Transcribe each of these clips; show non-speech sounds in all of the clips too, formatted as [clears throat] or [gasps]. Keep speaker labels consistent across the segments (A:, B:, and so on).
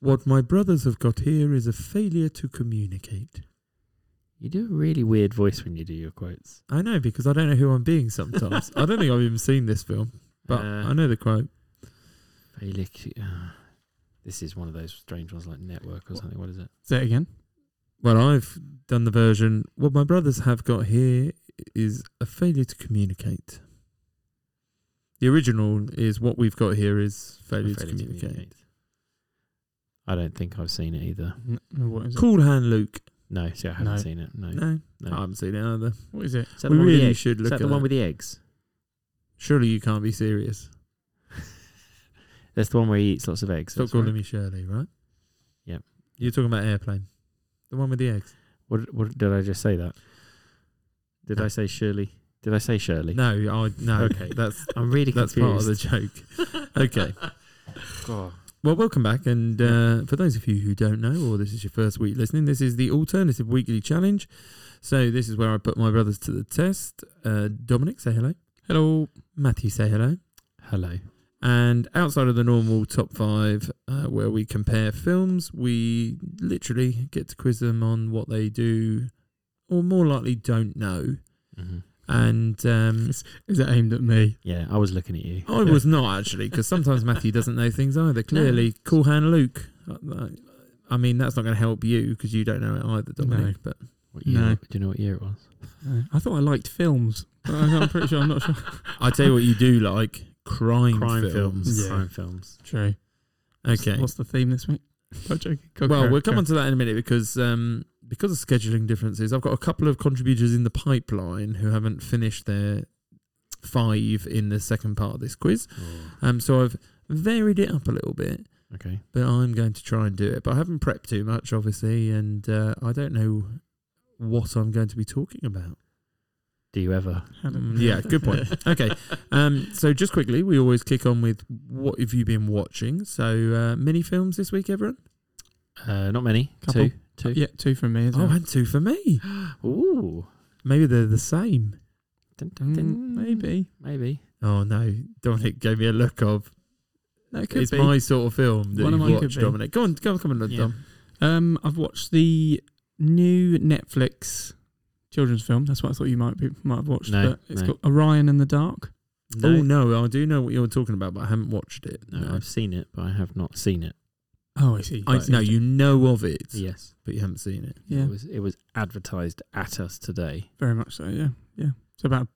A: What my brothers have got here is a failure to communicate.
B: You do a really weird voice when you do your quotes.
A: I know because I don't know who I'm being sometimes. I don't think I've even seen this film, but
B: Uh,
A: I know the quote.
B: Failure. to- Uh, this is one of those strange ones like network or something. What is it?
C: Say it again.
A: Well, I've done the version. What my brothers have got here is a failure to communicate. The original is what we've got here is failure, to
B: Failure
A: communicate.
B: I don't think I've seen it either.
C: N- no, what is it?
A: Cool hand Luke.
B: No, see, I haven't
C: No.
B: seen it. No,
A: No,
B: no.
A: I haven't seen it either.
C: What is it?
B: Is that
A: we
B: the one with the
A: really
B: egg?
A: should
B: Is
A: look at
B: that the one
A: that.
B: with the eggs?
A: Surely you can't be serious.
B: That's the one where he eats lots of eggs.
A: Stop
B: that's
A: calling
B: right.
A: me Shirley, right?
B: Yep.
A: You're talking about airplane, the one with the eggs.
B: What, what did I just say that? Did
A: No.
B: I say Shirley? Did I say Shirley?
A: No, I no.
B: [laughs] Okay.
A: that's
B: I'm really
A: that's
B: confused.
A: part of the joke.
B: [laughs]
A: okay. Well, welcome back. And uh, for those of you who don't know, or this is your first week listening, this is the alternative weekly challenge. So this is where I put my brothers to the test. Uh, Dominic, say hello.
C: Hello.
A: Matthew, say hello.
B: Hello.
A: And outside of the normal top five, uh, where we compare films, we literally get to quiz them on what they do, or more likely don't know.
B: hmm
A: And
C: [laughs]
A: um,
C: Is it aimed at me?
B: Yeah, I was looking at you.
A: I
B: Yeah.
A: was not actually, because sometimes Matthew doesn't know things either. Clearly, cool hand Luke. I- I mean, that's not going to help you because you don't know it either, Dominic. But
B: What year,
C: No.
B: Do you know what year it was?
C: Uh, I thought I liked films. [laughs] but I- I'm pretty sure I'm not
B: [laughs]
C: sure.
A: I tell you what, you do like crime, films.
C: Yeah.
B: Crime films.
C: True.
A: Okay.
C: What's the theme this week? [laughs] Not joking. Go,
A: well,
C: go,
A: we'll
C: go.
A: come on to that in a minute because um, because of scheduling differences, I've got a couple of contributors in the pipeline who haven't finished their five in the second part of this quiz.
C: Mm.
A: Um, so I've varied it up a little bit.
B: Okay.
A: but I'm going to try and do it. But I haven't prepped too much, obviously, and uh, I don't know what I'm going to be talking about.
B: Do you ever?
C: Had it. [laughs]
A: Mm, yeah, good point. Okay, um, so just quickly, we always kick on with what have you been watching? So uh, mini films this week, everyone.
B: Uh, not many.
C: Couple.
B: Two. Two.
C: yeah, two from me as
A: Oh,
C: well.
A: and two for me.
B: [gasps] Ooh.
A: Maybe they're the same.
B: Dun, dun,
C: Mm,
B: dun.
C: maybe.
B: Maybe.
A: Oh no, Dominic gave me a look of
C: That could
A: it's
C: be.
A: my sort of film that
C: One of
A: you
C: mine could
A: watch,
C: be.
A: Dominic. Go on, go on, come on,
B: Yeah.
A: Dom.
C: Um, I've watched the new Netflix children's film. That's what I thought you might be might have watched.
B: No,
C: but it's
B: no.
C: called Orion and the Dark.
A: Oh no, I do know what you're talking about, but I haven't watched it.
B: No, I've seen it, but I have not seen it.
C: Oh, I see.
A: I,
C: Right,
A: no,
C: yeah.
A: you know of it,
B: Yes.
A: but you haven't seen it.
C: Yeah,
B: It was it was advertised at us today.
C: very much so. Yeah, yeah. It's about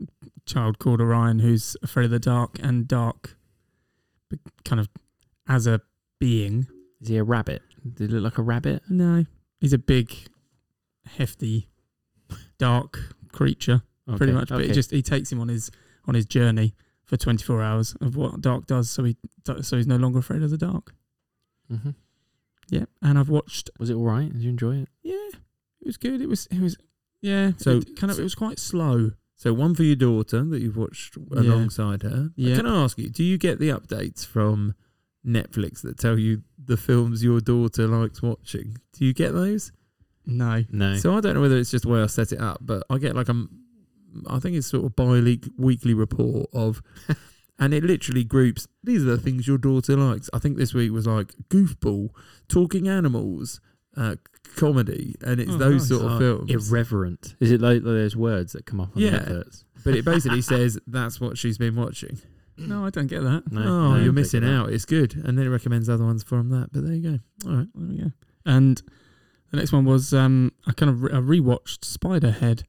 C: a child called Orion who's afraid of the dark and dark, but kind of as a being.
B: Is he a rabbit? Did he look like a rabbit?
C: No, he's a big, hefty, dark creature. pretty
B: Okay,
C: much. But
B: okay.
C: it just he takes him on his on his journey for 24 hours of what dark does, so he so he's no longer afraid of the dark.
B: Mhm.
C: Yeah, and I've watched.
B: Was it all right? Did you enjoy it?
C: Yeah, it was good. It was it was yeah.
A: So-
C: So kind of it was quite slow.
A: So one for your daughter that you've watched
C: Yeah.
A: alongside her.
C: Yeah.
A: Can I ask you, do you get the updates from Netflix that tell you the films your daughter likes watching? Do you get those?
C: No,
B: No.
A: So I don't know whether it's just the way I set it up, but I get like a, m- I think it's sort of bi-weekly report
C: [laughs]
A: of, and it literally groups. These are the things your daughter likes. I think this week was like goofball, talking animals, uh, comedy, and it's
C: Oh,
A: those
C: nice.
A: sort of
B: Oh,
A: films.
B: Irreverent. Is it like those words that come up on
A: Yeah.
B: the adverts?
A: but it
B: [laughs]
A: basically says that's what she's been watching.
C: no, I don't get that.
B: No,
A: oh,
B: no,
A: you're
B: don't
A: missing
B: get that.
A: out. It's good. And then it recommends other ones from that. But there you go. All right.
C: Well, yeah, and the next one was um I kind of re- I rewatched Spiderhead.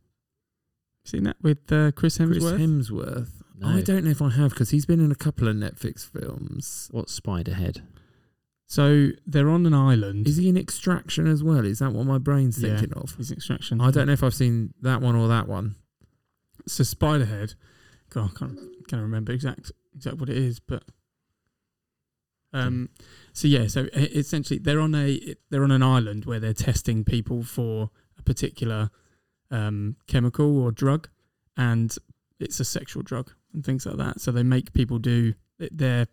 C: Seen that with uh,
A: Chris
C: Chris Hemsworth?
A: Hemsworth.
B: No.
A: I don't know if I have because he's been in a couple of Netflix films.
B: What's spider head?
C: so they're on an island.
A: Is he in Extraction as well? Is that what my brain's
C: Yeah.
A: thinking of?
C: His extraction.
A: I don't know if I've seen that one or that one.
C: So Spiderhead, God, I can't can't remember exact exact what it is, but um, so yeah, so e- essentially they're on a they're on an island where they're testing people for a particular um, chemical or drug, and it's a sexual drug and things like that. So they make people do they're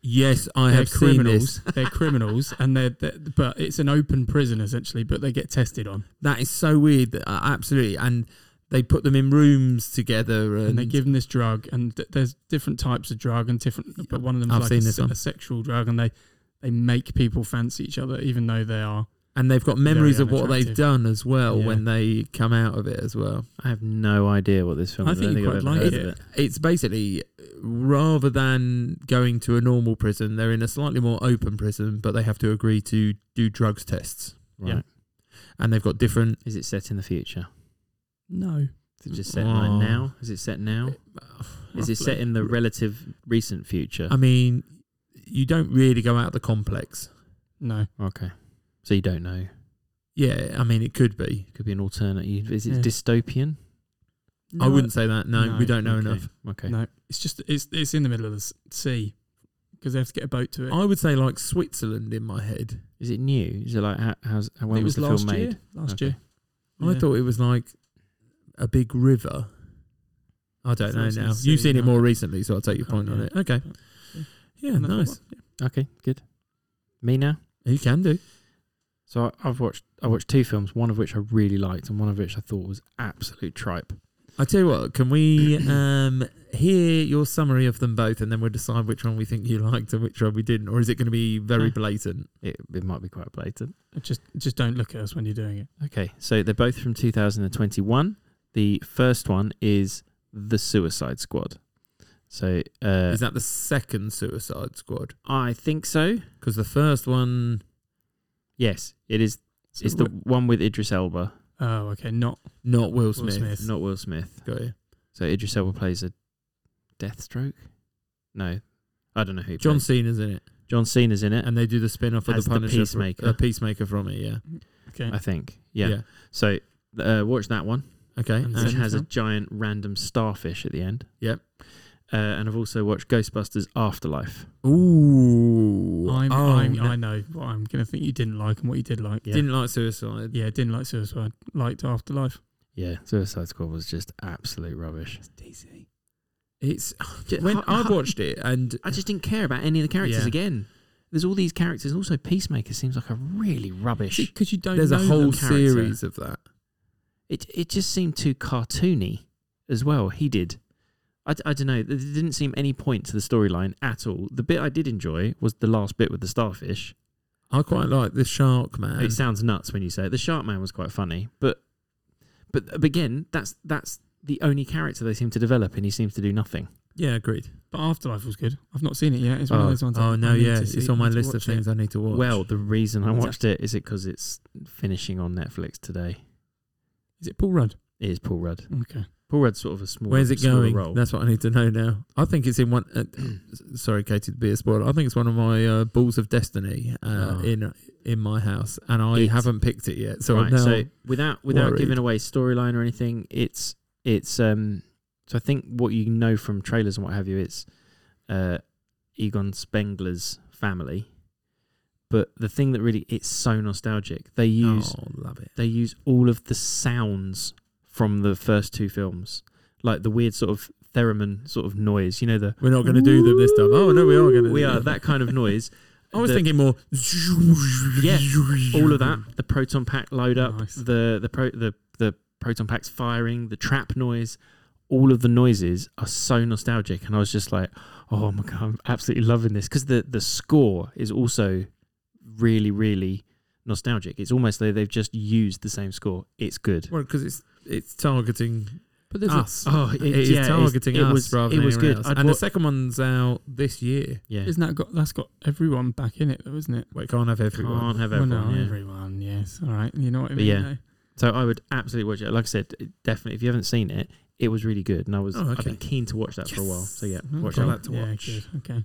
A: Yes, I
C: they're
A: have seen this.
C: criminals, they're criminals, and they're, they're but it's an open prison essentially, but they get tested on.
A: That is so weird. that- uh, absolutely. And they put them in rooms together. And,
C: and, they give them this drug, and th- there's different types of drug and different. But one of them
A: I've
C: like
A: seen
C: a,
A: this
C: se-
A: one.
C: a sexual drug, and they they make people fancy each other, even though they are.
A: And they've got memories
C: Very
A: of what they've
C: unattractive.
A: done as well
C: Yeah.
A: when they come out of it as well.
B: I have no idea what this film
C: I
B: is.
C: think
B: I don't
C: you
B: think I've
C: quite
B: ever
C: like
B: heard of it.
A: It's basically rather than going to a normal prison, they're in a slightly more open prison, but they have to agree to do drugs tests.
B: Right.
C: Yeah.
A: And they've got different.
B: Is it set in the future?
C: No,
B: Is it just set like
A: Oh.
B: now? Is it set now? Is it set in the relative recent future?
A: I mean, you don't really go out of the complex.
C: no.
B: so you don't know.
A: Yeah, I mean, it could be.
B: It could be an alternate. u- Is it
C: Yeah.
B: dystopian?
A: I wouldn't say that. No,
C: No,
A: we don't know
B: okay.
A: enough.
B: Okay.
C: No, it's just it's it's in the middle of the s- sea because they have to get a boat to it.
A: I would say like Switzerland in my head.
B: Is it new? Is it like how, how's how, when
C: it
B: was,
C: was,
B: the
C: last
B: film made?
C: year. Last
B: Okay.
C: year,
A: I
C: Yeah.
A: thought it was like a big river. I don't
C: Thought
A: know
C: it was in
A: now.
C: the sea,
A: You've seen it
C: no.
A: more recently, so I'll take your
C: Can't
A: point on
C: be.
A: it. Okay.
C: Yeah.
A: Yeah,
C: Another
A: nice.
B: Okay, good. Me now.
A: You can do.
B: So I- I've watched I watched two films, one of which I really liked, and one of which I thought was absolute tripe.
A: I tell you what, can we um, hear your summary of them both and then we'll decide which one we think you [laughs] liked and which one we didn't? Or is it going to be very
B: Yeah.
A: blatant?
B: It, it might be quite blatant.
C: Just just don't look at us when you're doing it.
B: Okay, so they're both from 2021. The first one is The Suicide Squad. So uh,
A: Is that the second Suicide Squad?
B: I think so.
A: Because the first one,
B: Yes, it is.
C: So
B: It's the
C: wh-
B: one with Idris Elba,
C: oh okay, not
A: not Will Smith.
C: Will Smith.
B: not Will Smith.
A: Got you.
B: So Idris Elba plays a Deathstroke. No, I don't know who. he
A: John
B: plays.
A: Cena's in it.
B: John Cena's in it.
A: And they do the spin off of
B: As
A: the
B: the
A: Punisher. fr-
B: Peacemaker.
A: uh, peacemaker from it, yeah.
C: okay.
B: I think. Yeah. So uh, watch that one,
A: Okay.
C: And
A: and-
B: which
C: Second
B: has a
C: film?
B: giant random starfish at the end.
A: Yep.
B: Uh, and I've also watched Ghostbusters Afterlife.
A: Ooh.
C: I'm,
A: Oh,
C: I'm,
A: no.
C: I know what I'm going to think you didn't like and what you did like.
B: Yeah.
A: Didn't like Suicide.
C: Yeah, didn't like Suicide, liked Afterlife.
B: Yeah, Suicide Squad was just absolute rubbish.
C: DC.
A: It's when I watched it and
B: I just didn't care about any of the characters
A: Yeah.
B: again. There's all these characters, and also Peacemaker seems like a really rubbish.
C: Because you don't
A: there's a
C: know
A: whole
C: them.
B: character.
A: series of that.
B: It it just seemed too cartoony as well. He did. I, I don't know. There didn't seem any point to the storyline at all. The bit I did enjoy was the last bit with the starfish.
A: I quite like the Shark Man.
B: It sounds nuts when you say it. The Shark Man was quite funny, but but but again, that's that's the only character they seem to develop, and he seems to do nothing.
A: Yeah, agreed.
C: But Afterlife was good. I've not seen it yet. It's one
B: Oh,
C: of those ones. I-
A: Oh
C: I
A: no,
C: need
A: yeah,
C: to see-
A: it's on my
C: need to
A: list of
C: watch it.
A: things I need to watch.
B: Well, the reason I
C: Is that-
B: watched it is it because it's finishing on Netflix today.
C: Is it Paul Rudd?
B: It is Paul Rudd.
C: Okay.
B: Paul Rudd's sort of a small.
A: where's it
B: smaller
A: going?
B: Role.
A: That's what I need to know now. I think it's in one. Uh, [clears throat] sorry, Katie, to be a spoiler. I think it's one of my uh, balls of destiny uh,
B: Oh.
A: in in my house, and I
B: It's-
A: haven't picked it yet. So I'm
B: right.
A: now
B: So without without
A: worried.
B: giving away storyline or anything, it's it's um. So I think what you know from trailers and what have you, it's uh, Egon Spengler's family. But the thing that really it's so nostalgic. They use
A: oh, love it.
B: they use all of the sounds from the first two films, like the weird sort of theremin sort of noise. You know the
A: We're not going to do them this time. Oh no, we are going to.
B: we
A: do
B: are
A: them.
B: that kind of noise.
A: I was
B: the-
A: thinking more.
B: Yeah, all of that the proton pack load up
C: Nice.
B: the the pro, the the proton packs firing the trap noise all of the noises are so nostalgic and i was just like oh my god i'm absolutely loving this because the the score is also really really nostalgic it's almost like they've just used the same score it's good
A: Well, because it's it's targeting
C: But there's
A: us.
B: oh
A: it is targeting us
B: it was,
A: rather than
B: it was
A: anyone
B: good
A: else.
B: I'd
A: And
B: wa-
A: the second one's out this year.
B: yeah
C: A, isn't that got that's got everyone back in it though, isn't it?
A: Well, it can't have everyone.
B: can't have
C: Well,
B: everyone
C: no,
B: yeah.
C: everyone. Yes. All right. You know what I
B: But
C: mean? eh?
B: yeah.
C: though?
B: So I would absolutely watch it. Like I said, it- definitely if you haven't seen it, it was really good, and I was
A: Oh,
B: I've
A: okay.
B: been keen to watch that for a while. So yeah,
C: Oh,
B: watch
A: Got
B: that.
A: that to
C: Yeah,
A: watch.
C: good. Okay.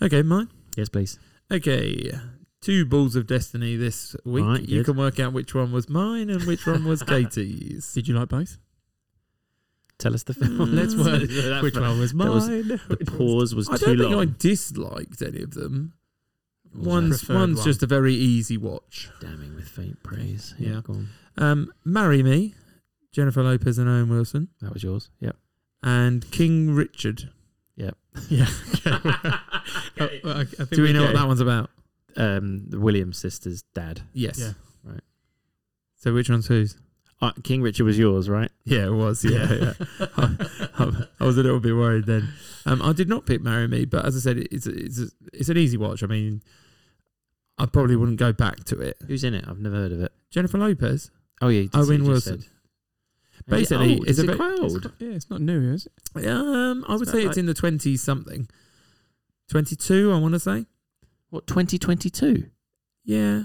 A: Okay, mine.
B: Yes, please.
A: Okay, two balls of destiny this week.
B: Right,
A: you
B: good.
A: can work out which one was mine and which one
B: [laughs]
A: was Katie's.
C: Did you like both?
B: Tell us the
A: [laughs]
B: film.
A: Let's work-
B: That
A: [laughs] which
B: fir-
A: one was mine?
B: that was- The
A: which one was-
B: pause was
A: I
B: too
A: don't think
B: long.
A: I disliked any of them.
B: was
A: One's
C: preferred
A: one's
C: one.
A: just a very easy watch.
B: Damning with faint praise.
A: Yeah.
B: Yeah, go on.
A: Um, Marry Me, Jennifer Lopez and Owen Wilson,
B: that was yours. Yep.
A: and King Richard. [laughs]
C: Yeah.
A: Oh,
C: I, I think
A: Do we know
C: get
A: what
C: it.
A: that one's about?
B: Um, the Williams sisters' dad.
A: Yes.
C: Yeah.
B: Right.
A: So which one's whose?
B: Uh, King Richard was yours, right?
A: Yeah, it was. Yeah, yeah. [laughs] I, I was a little bit worried then. Um, I did not pick "Marry Me," but as I said, it's it's it's an easy watch. I mean, I probably wouldn't go back to it.
B: Who's in it? I've never heard of it.
A: Jennifer Lopez.
B: Oh yeah, you did say
A: Owen
B: you just
A: Wilson.
B: said. Is it
A: Basically,
B: old?
A: it's
B: Is
A: a
B: it
A: bit-
B: quite
C: It's
B: old?
C: not- yeah, it's not new, is it?
A: Um, I would
B: It's
A: say
B: about
A: it's in the twenties something. Twenty two, I want to say.
B: What 2022?
A: Yeah,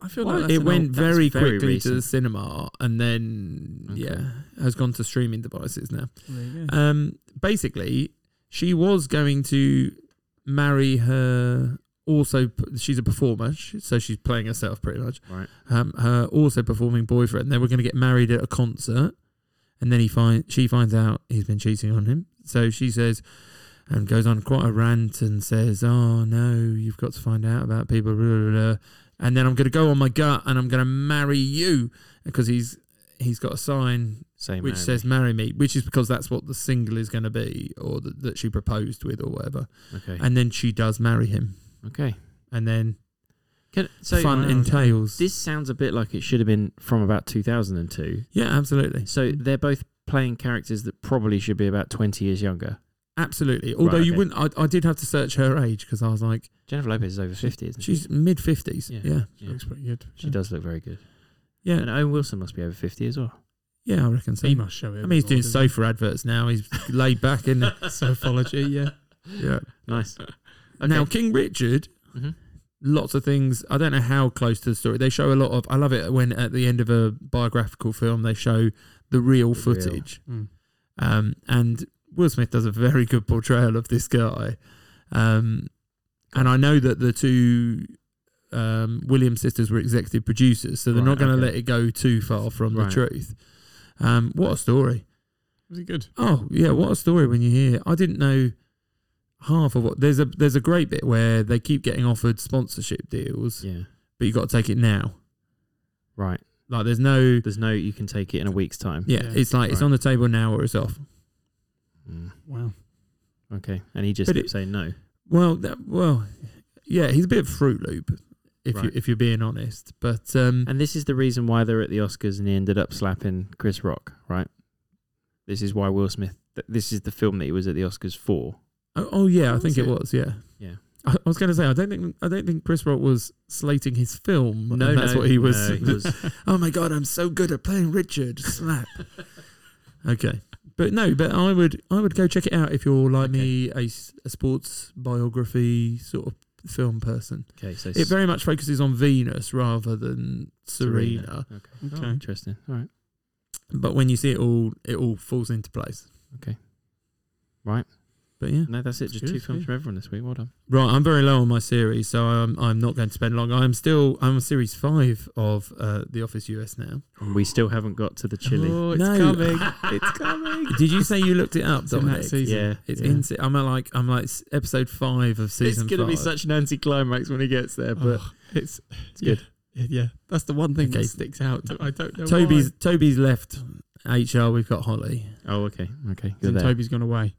C: I feel
A: Well,
C: like
A: it went
B: that's
A: very,
B: very
A: quickly to the
B: recent.
A: cinema, and then
B: Okay.
A: yeah, has gone to streaming devices now. Um, basically, she was going to marry her. Also, p- she's a performer, sh- so she's playing herself pretty much.
B: Right.
A: Um, her also performing boyfriend. They were going to get married at a concert, and then he find she finds out he's been cheating on him. So she says, and goes on quite a rant and says, "Oh no, you've got to find out about people." Blah, blah, blah. And then I'm going to go on my gut, and I'm going to marry you because he's he's got a sign
B: Same.
A: which says marry me which is because that's what the single is going to be or th- that she proposed with or whatever
B: okay.
A: and then she does marry him
B: okay.
A: and then
B: Can, so
A: fun
B: Wow.
A: entails
B: This sounds a bit like it should have been from about 2002.
A: yeah absolutely
B: So they're both playing characters that probably should be about 20 years younger.
A: absolutely although you
B: okay.
A: wouldn't I, I did have to search her age because i was like
B: Jennifer Lopez is over 50, isn't she?
A: she's mid 50s yeah
B: Yeah.
A: yeah,
B: Yeah.
C: Looks pretty good.
B: She does look very good.
A: yeah
B: And uh, Owen Wilson must be over 50 as well.
A: i reckon so
C: He must show it.
A: i mean he's doing sofa adverts now he's laid back in
B: [laughs]
C: Sophology, yeah.
A: yeah
B: Nice.
A: now king richard
B: Mhm.
A: lots of things. I don't know how close to the story. They show a lot of. I love it when at the end of a biographical film they show the real
B: The real.
A: footage.
C: Hmm.
A: Um, and Will Smith does a very good portrayal of this guy. Um, and I know that the two um, Williams sisters were executive producers, so they're
B: Right,
A: not going to
B: okay.
A: let it go too far from
B: Right.
A: the truth. Um, what a story!
C: Was it good?
A: Oh yeah, what a story when you hear. I didn't know half of what. There's a there's a great bit where they keep getting offered sponsorship deals,
B: Yeah.
A: but you got to take it now.
B: Right.
A: Like there's no
B: There's no, you can take it in a week's time.
A: yeah,
C: Yeah.
A: it's like it's
B: Right.
A: on the table now or it's off.
B: Mm,
C: Wow.
B: okay. And he just
A: But
B: kept
A: it-
B: saying no.
A: Well, that, well, yeah, he's a bit of Fruit Loop if you
B: Right.
A: if you're being honest. But um,
B: And this is the reason why they're at the Oscars and he ended up slapping Chris Rock, right? This is why Will Smith, th- this is the film that he was at the Oscars for.
A: oh, oh, yeah, I
C: Was
A: think it
C: it?
A: was yeah.
B: Yeah.
A: I I was going to say I don't think I don't think Chris Rock was slating his film.
B: No,
A: and that's
B: no,
A: what he was. [laughs]
B: no, he was-
A: oh my god, I'm so good at playing Richard. Slap.
B: [laughs]
A: okay, but no, but I would I would go check it out if you're like me, a, s- a sports biography sort of film person.
B: Okay. [laughs] So
A: It very much focuses on Venus rather than Serena,
B: Serena.
C: Okay.
B: Oh, interesting. All right.
A: but when you see it all, it all falls into place.
B: Okay. Right.
A: But yeah,
B: No, that's it. Just
A: good,
B: two films
A: yeah.
B: from everyone this week. Well done.
A: right. I'm very low on my series, so I'm I'm not going to spend long. I'm still I'm on series five of uh, The Office US now.
B: And we still haven't got to the chili. [laughs]
C: Oh, it's
A: No.
C: coming. it's coming.
A: [laughs] Did you say you looked it up,
C: It's in that
A: Dominic?
C: season.
B: yeah.
A: It's
B: yeah.
A: in. se- I'm at like I'm like s- episode five of
B: It's
A: season.
B: going to be
A: five.
B: such an anticlimax when he gets there, but
C: Oh, it's, it's
B: good.
C: Yeah, yeah, that's the one thing
A: Okay.
C: that sticks out. I don't know.
A: Toby's
C: why.
A: Toby's left HR. We've got Holly.
B: oh, okay. Okay.
C: As
B: You're
C: in
B: there.
C: Toby's gone away.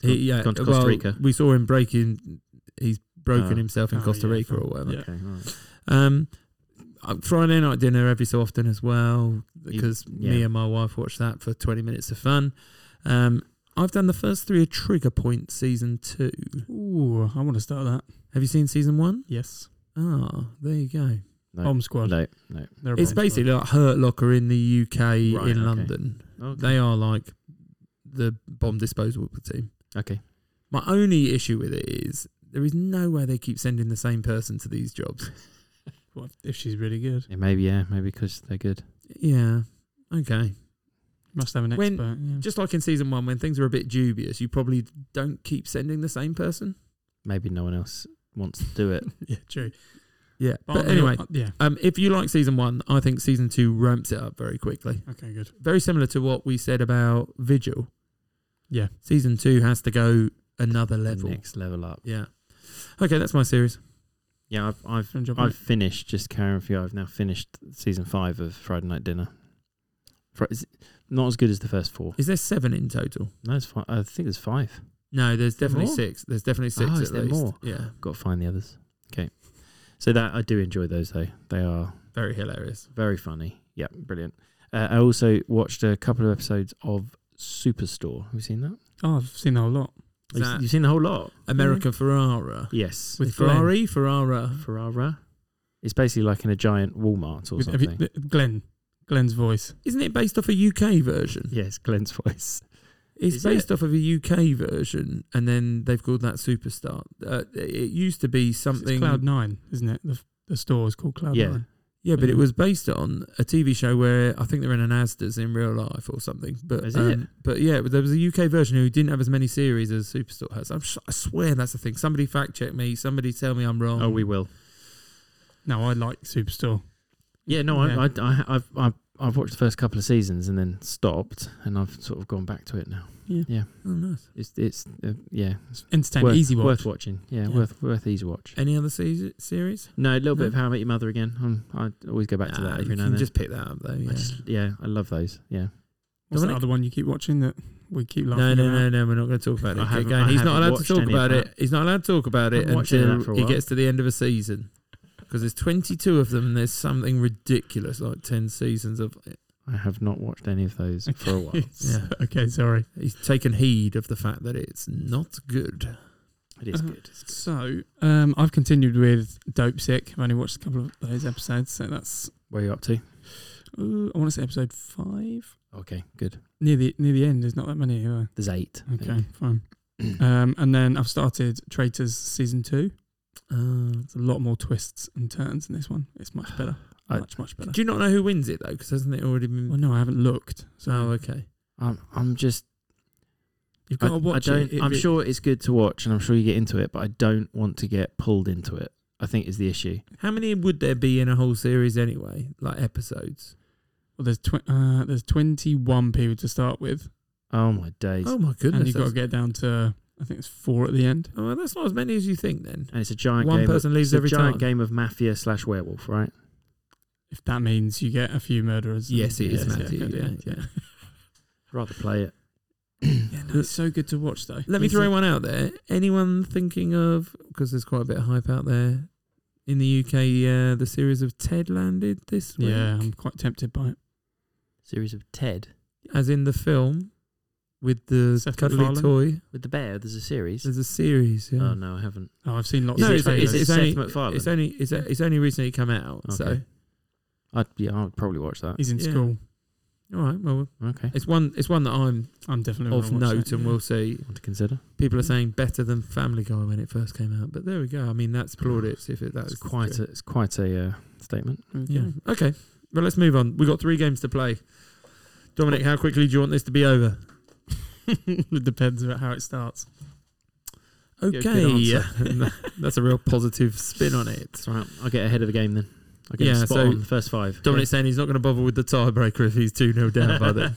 A: He,
B: He's
A: yeah,
B: gone to Costa
A: well,
B: Rica.
A: we saw him breaking. He's broken
B: Oh.
A: himself in
C: Oh,
A: Costa
C: yeah,
A: Rica
C: from-
A: or whatever.
C: yeah.
B: Okay. All right.
A: Um, uh, Friday night dinner every so often as well because me
B: yeah.
A: and my wife watch that for 20 minutes of fun. Um, I've done the first three of Trigger Point season two.
C: Ooh, I want to start that.
A: Have you seen season one?
C: Yes,
A: Ah, there you go.
B: No.
C: bomb squad.
B: No. No.
C: They're a
A: It's
C: bomb
A: basically like Hurt Locker in the UK
B: Right,
A: in
B: okay.
A: London.
B: Oh, Okay.
A: They are like the bomb disposal team.
B: Okay.
A: My only issue with it is there is no way they keep sending the same person to these jobs.
C: squad. What if she's really good?
B: Yeah, maybe, yeah. Maybe because they're good.
A: yeah. Okay.
C: Must have an
A: When-
C: expert. yeah.
A: Just like in season one, when things are a bit dubious, you probably don't keep sending the same person.
B: Maybe no one else wants to do [laughs] it.
C: yeah, true.
A: Yeah. But,
C: I'm
A: anyway,
C: not- yeah.
A: um, if you like season one, I think season two ramps it up very quickly.
C: Okay, good.
A: Very similar to what we said about Vigil.
C: Yeah.
A: Season two has to go another
B: The
A: level.
B: Next level up.
A: Yeah. Okay, that's my series.
B: Yeah, I've I've
C: Good job,
B: I've
C: mate.
B: finished just carrying for you. I've now finished season five of Friday Night Dinner. Fri- is it not as good as the first four.
A: Is there seven in total?
B: No, it's five. I think there's five.
A: No, there's definitely
B: more?
A: six. There's definitely six.
B: Oh,
A: at
B: is there
A: least.
B: more?
A: Yeah,
B: Got to find the others. Okay, so that I do enjoy those though. They are
A: very hilarious.
B: very funny. Yeah, brilliant. Uh, I also watched a couple of episodes of Superstore. Have you seen that?
C: Oh, I've seen a whole lot.
A: Is
B: You've-
A: that-
B: You've seen the whole lot.
A: America Ferrara
B: Yes,
C: With
A: Ferrari, Ferrara.
B: Ferrara. It's basically like in a giant Walmart or
C: With- have you-
B: something.
C: th- Glenn, Glenn's voice.
A: Isn't it based off a UK version?
B: yes, Glenn's voice.
A: It's
C: Is
A: based off of a UK version, and then they've called that Superstar. Uh, it used to be
C: 'Cause
A: something.
C: It's Cloud Nine, isn't it? The, the store is called Cloud
B: Yeah.
C: Nine.
A: Yeah, but it
B: Mm.
C: Yeah.
A: was based on a TV show where I think they're in an Asda's in real life or something. But
B: Is
A: um,
B: it?
A: but yeah, there was a UK version who didn't have as many series as Superstore has. I'm s I swear that's the thing. Somebody fact check me. Somebody tell me I'm wrong.
B: Oh, we will.
C: No, I like Superstore.
B: Yeah, no,
C: Yeah.
B: I, I, I, I've, I've, I've watched the first couple of seasons and then stopped, and I've sort of gone back to it now.
A: Oh, nice.
B: It's, it's, uh, yeah, it's
C: Entertaining,
B: worth,
C: easy watch.
B: worth watching. Yeah,
A: Yeah.
B: worth, worth easy watch.
A: Any other se- series?
B: No, a little bit
A: No?
B: of How I Met Your Mother again. Um, I always go back to
A: Ah,
B: that
A: you
B: every
A: can
B: now and then.
A: just pick that up though.
B: I
A: yeah.
B: just, yeah, I love those. Yeah,
C: What's the
A: Dominic?
C: other one you keep watching that we keep
A: No,
C: laughing
A: no,
C: about?
A: no, no. We're not going to talk about
B: I
A: it.
B: haven't-
A: Again,
B: I
A: he's not
B: haven't
A: allowed to
B: watched
A: talk
B: any of
A: about
B: that.
A: it. He's not allowed to talk about it
B: haven't watched any of
A: until
B: that for a
A: he
B: while.
A: gets to the end of a season. Because there's 22 of them. And there's something ridiculous, like 10 seasons of. it.
B: I have not watched any of those for a while.
C: [laughs] It's-
A: Yeah.
C: Okay, sorry.
A: He's taken heed of the fact that it's not good.
B: It is
C: Uh,
B: good.
C: So um, I've continued with Dope Sick. I've only watched a couple of those episodes, so that's
B: Where are you up to?
C: ooh, Uh, I want to say episode five.
B: Okay, good. near
C: Near the near the end, there's not that many. Are
B: There's eight. I
C: there?
B: think.
C: Okay, fine. Um, and then I've started Traitors season two.
A: Uh,
C: There's a lot more twists and turns in this one. It's much better,
B: I-
C: much much better.
A: do you not know who wins it though? Because hasn't it already been?
C: Well, no, I haven't looked. So
A: oh, okay.
B: I'm, I'm just.
C: you've
B: I,
C: got to watch
B: I don't,
C: it. It-
B: I'm
C: it-
B: sure it's good to watch, and I'm sure you get into it, but I don't want to get pulled into it. I think is the issue.
A: How many would there be in a whole series anyway? Like episodes?
C: Well, there's tw- uh, there's 21 people to start with,
B: Oh my days!
A: Oh my goodness!
C: and you've got to
A: that's-
C: get down to I think it's four at the end.
A: oh, well, that's not as many as you think then.
B: And it's a giant
A: One
B: game of-
A: person leaves
B: it's a
A: every
B: giant
A: time.
B: game of mafia slash werewolf, right?
C: If that means you get a few murderers. and-
A: Yes, it
B: is,
C: yeah,
A: Matthew,
C: yeah,
A: yeah,
C: yeah.
B: Rather
A: [clears throat]
B: play it.
C: Yeah, no, it's so good to watch though.
A: Let me
C: It's
A: throw
C: a-
A: one out there. Anyone thinking of because there's quite a bit of hype out there in the UK? Uh, the series of Ted landed this week,
C: Yeah,
B: um,
C: I'm quite tempted by it.
B: Series of Ted
A: as in the film with the
C: Seth
A: cuddly
C: MacFarlane?
A: toy.
B: with the bear. There's a series.
A: There's a series. Yeah.
B: Oh no, I haven't.
C: Oh, I've seen lots
B: Is
C: of
B: it- is
C: trailers.
B: it Seth
A: only
B: MacFarlane?
A: it's only it's, it's only recently come out. So
B: Okay. I'd yeah, I would probably watch that.
C: He's in
A: yeah.
C: school.
A: all right, well,
B: Okay,
A: it's one it's one that I'm
C: I'm definitely
A: of
C: gonna watch
A: note,
C: that,
A: and
C: yeah.
A: we'll see.
B: want to consider.
A: People are saying better than Family Guy when it first came out, but there we go. I mean, that's plaudits if it that's Mm.
B: That's quite a it's quite a uh, statement.
C: Okay.
A: Yeah. Okay. Well, let's move on. We've got three games to play. Dominic, how quickly do you want this to be over?
C: it [laughs] depends about how it starts.
A: Okay. [laughs] That's a real positive spin on it.
B: That's all right. I'll get ahead of the game then. I'll get
A: Yeah,
B: spot
A: so-
B: on the first five.
A: Dominic's saying he's not going to bother with the tiebreaker if he's 2 0 down by then.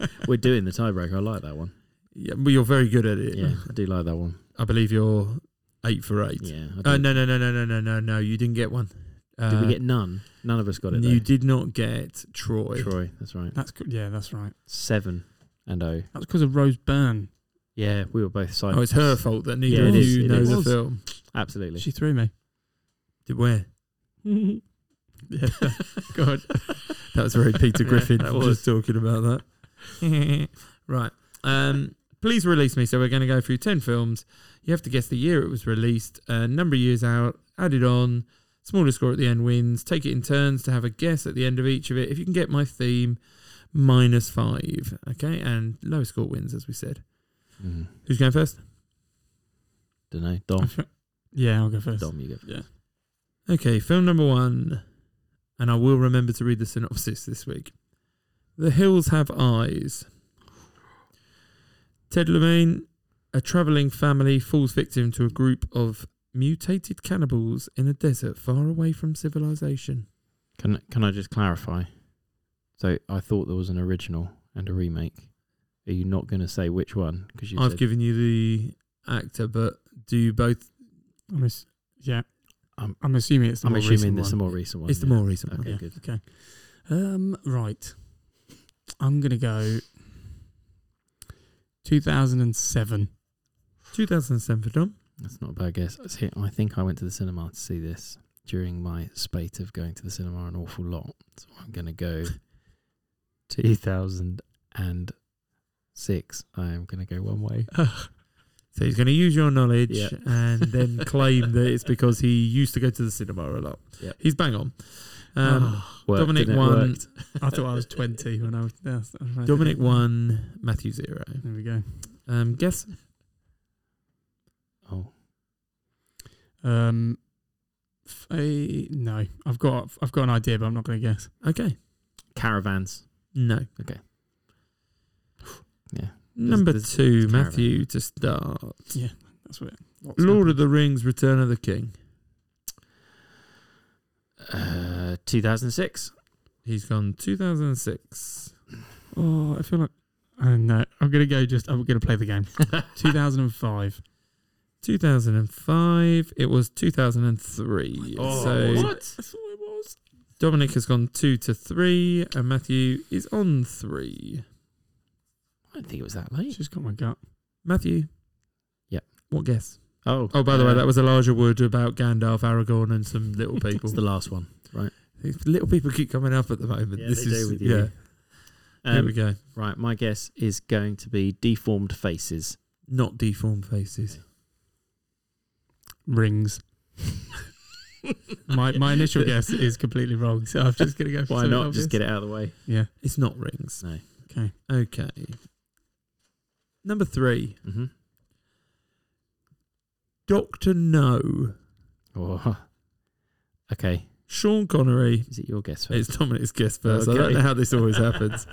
B: [laughs] [laughs] We're doing the tiebreaker. I like that one.
A: Yeah, well, you're very good at it.
B: Yeah, I do like that one.
A: I believe you're 8 for 8.
B: Yeah. I do.
A: Uh, no, no, no, no, no, no, no, no. You didn't get one. Uh,
B: Did we get none? None of us got it.
A: You
B: though.
A: did not get Troy.
B: Troy. That's right.
C: That's good. Yeah, that's right.
B: Seven and oh.
C: That's because of Rose Byrne.
B: Yeah, we were both silent.
A: Oh, it's her fault that neither
B: Yeah,
A: of
B: it is,
A: you
B: it
A: know
B: is.
A: the
C: Was.
A: film.
B: Absolutely.
C: She threw me.
A: Did where?
C: [laughs] yeah,
A: [laughs]
C: God.
A: That was very [laughs] Peter
B: Yeah,
A: Griffin.
B: that
A: I'm just talking about that. [laughs] right. Um, please release me. So we're going to go through ten films. You have to guess the year it was released, uh, number of years out, added on, smaller score at the end wins. Take it in turns to have a guess at the end of each of it. If you can get my theme, minus five. Okay, and lowest score wins, as we said.
B: Mm.
A: Who's going first?
B: Don't know. Dom.
C: Yeah, I'll go first.
B: Dom, you go.
C: Yeah.
A: Okay, film number one, and I will remember to read the synopsis this week. The Hills Have Eyes. Ted Lemaine, a travelling family, falls victim to a group of mutated cannibals in a desert far away from civilization.
B: Can can I just clarify? So I thought there was an original and a remake. Are you not going to say which one? Because you
A: I've
B: said
A: given you the actor, but do you both?
C: I'm ass- yeah.
B: I'm-
C: I'm assuming it's the
B: I'm
C: more
B: assuming
C: recent
B: there's a
C: one.
B: more recent one.
A: it's the
B: yeah.
A: more recent one.
B: Okay,
C: Yeah.
B: good.
C: Um, right. I'm gonna go 2007.
A: 2007 for Dom.
B: That's not a bad guess. See, I think I went to the cinema to see this during my spate of going to the cinema an awful lot. So I'm going to go 2006. I am going to go one way.
A: So he's going to use your knowledge
B: Yeah.
A: [laughs] and then claim that it's because he used to go to the cinema a lot.
B: Yeah.
A: He's bang on. Um,
B: Worked,
A: Dominic
B: didn't it?
A: won.
B: Worked.
C: I thought I was 20 when I was. yeah, I was right.
A: Dominic won. Matthew zero.
C: There we go.
A: Um, guess
B: Oh,
C: Um, f- a- no, I've got I've got an idea, but I'm not going to guess.
A: okay.
B: caravans.
A: No.
B: Okay. Yeah.
A: Number
B: There's-
A: two,
B: there's caravan.
A: Matthew to start.
C: That's what. What's
A: Lord of the Rings: Return of the King.
B: Uh, 2006.
A: He's gone 2006.
C: Oh, I feel like. Oh no, I'm going to go. Just I'm going to play the game.
B: [laughs]
C: 2005.
A: 2005. It was 2003.
B: Oh,
A: so
B: what?
C: That's all it was.
A: Dominic has gone two to three, and Matthew is on three.
B: I don't think it was that late.
C: She's got my gut.
A: Matthew.
B: Yep.
A: What guess?
B: Oh,
A: Oh, by the
B: uh,
A: way, that was Elijah Wood about Gandalf, Aragorn, and some
B: [laughs]
A: little people.
B: it's the last one.
A: These little people keep coming up at the moment.
B: Yeah,
A: this
B: they do
A: is
B: with you.
A: yeah. here we
B: Um,
A: go.
B: right, my guess is going to be deformed faces.
A: Not deformed faces.
C: Rings.
B: [laughs]
C: My my initial guess is completely wrong, so I'm just going to go. For
B: Why
C: something
B: not just
C: obvious.
B: get it out of the way?
A: It's not rings.
B: No.
C: Okay.
A: Okay. Number three,
B: Mm-hmm.
A: Doctor No.
B: Oh. Okay.
A: Sean Connery.
B: Is it your guess first?
A: It's Dominic's guess first. I
B: Okay.
A: don't know how this always
B: [laughs]
A: happens.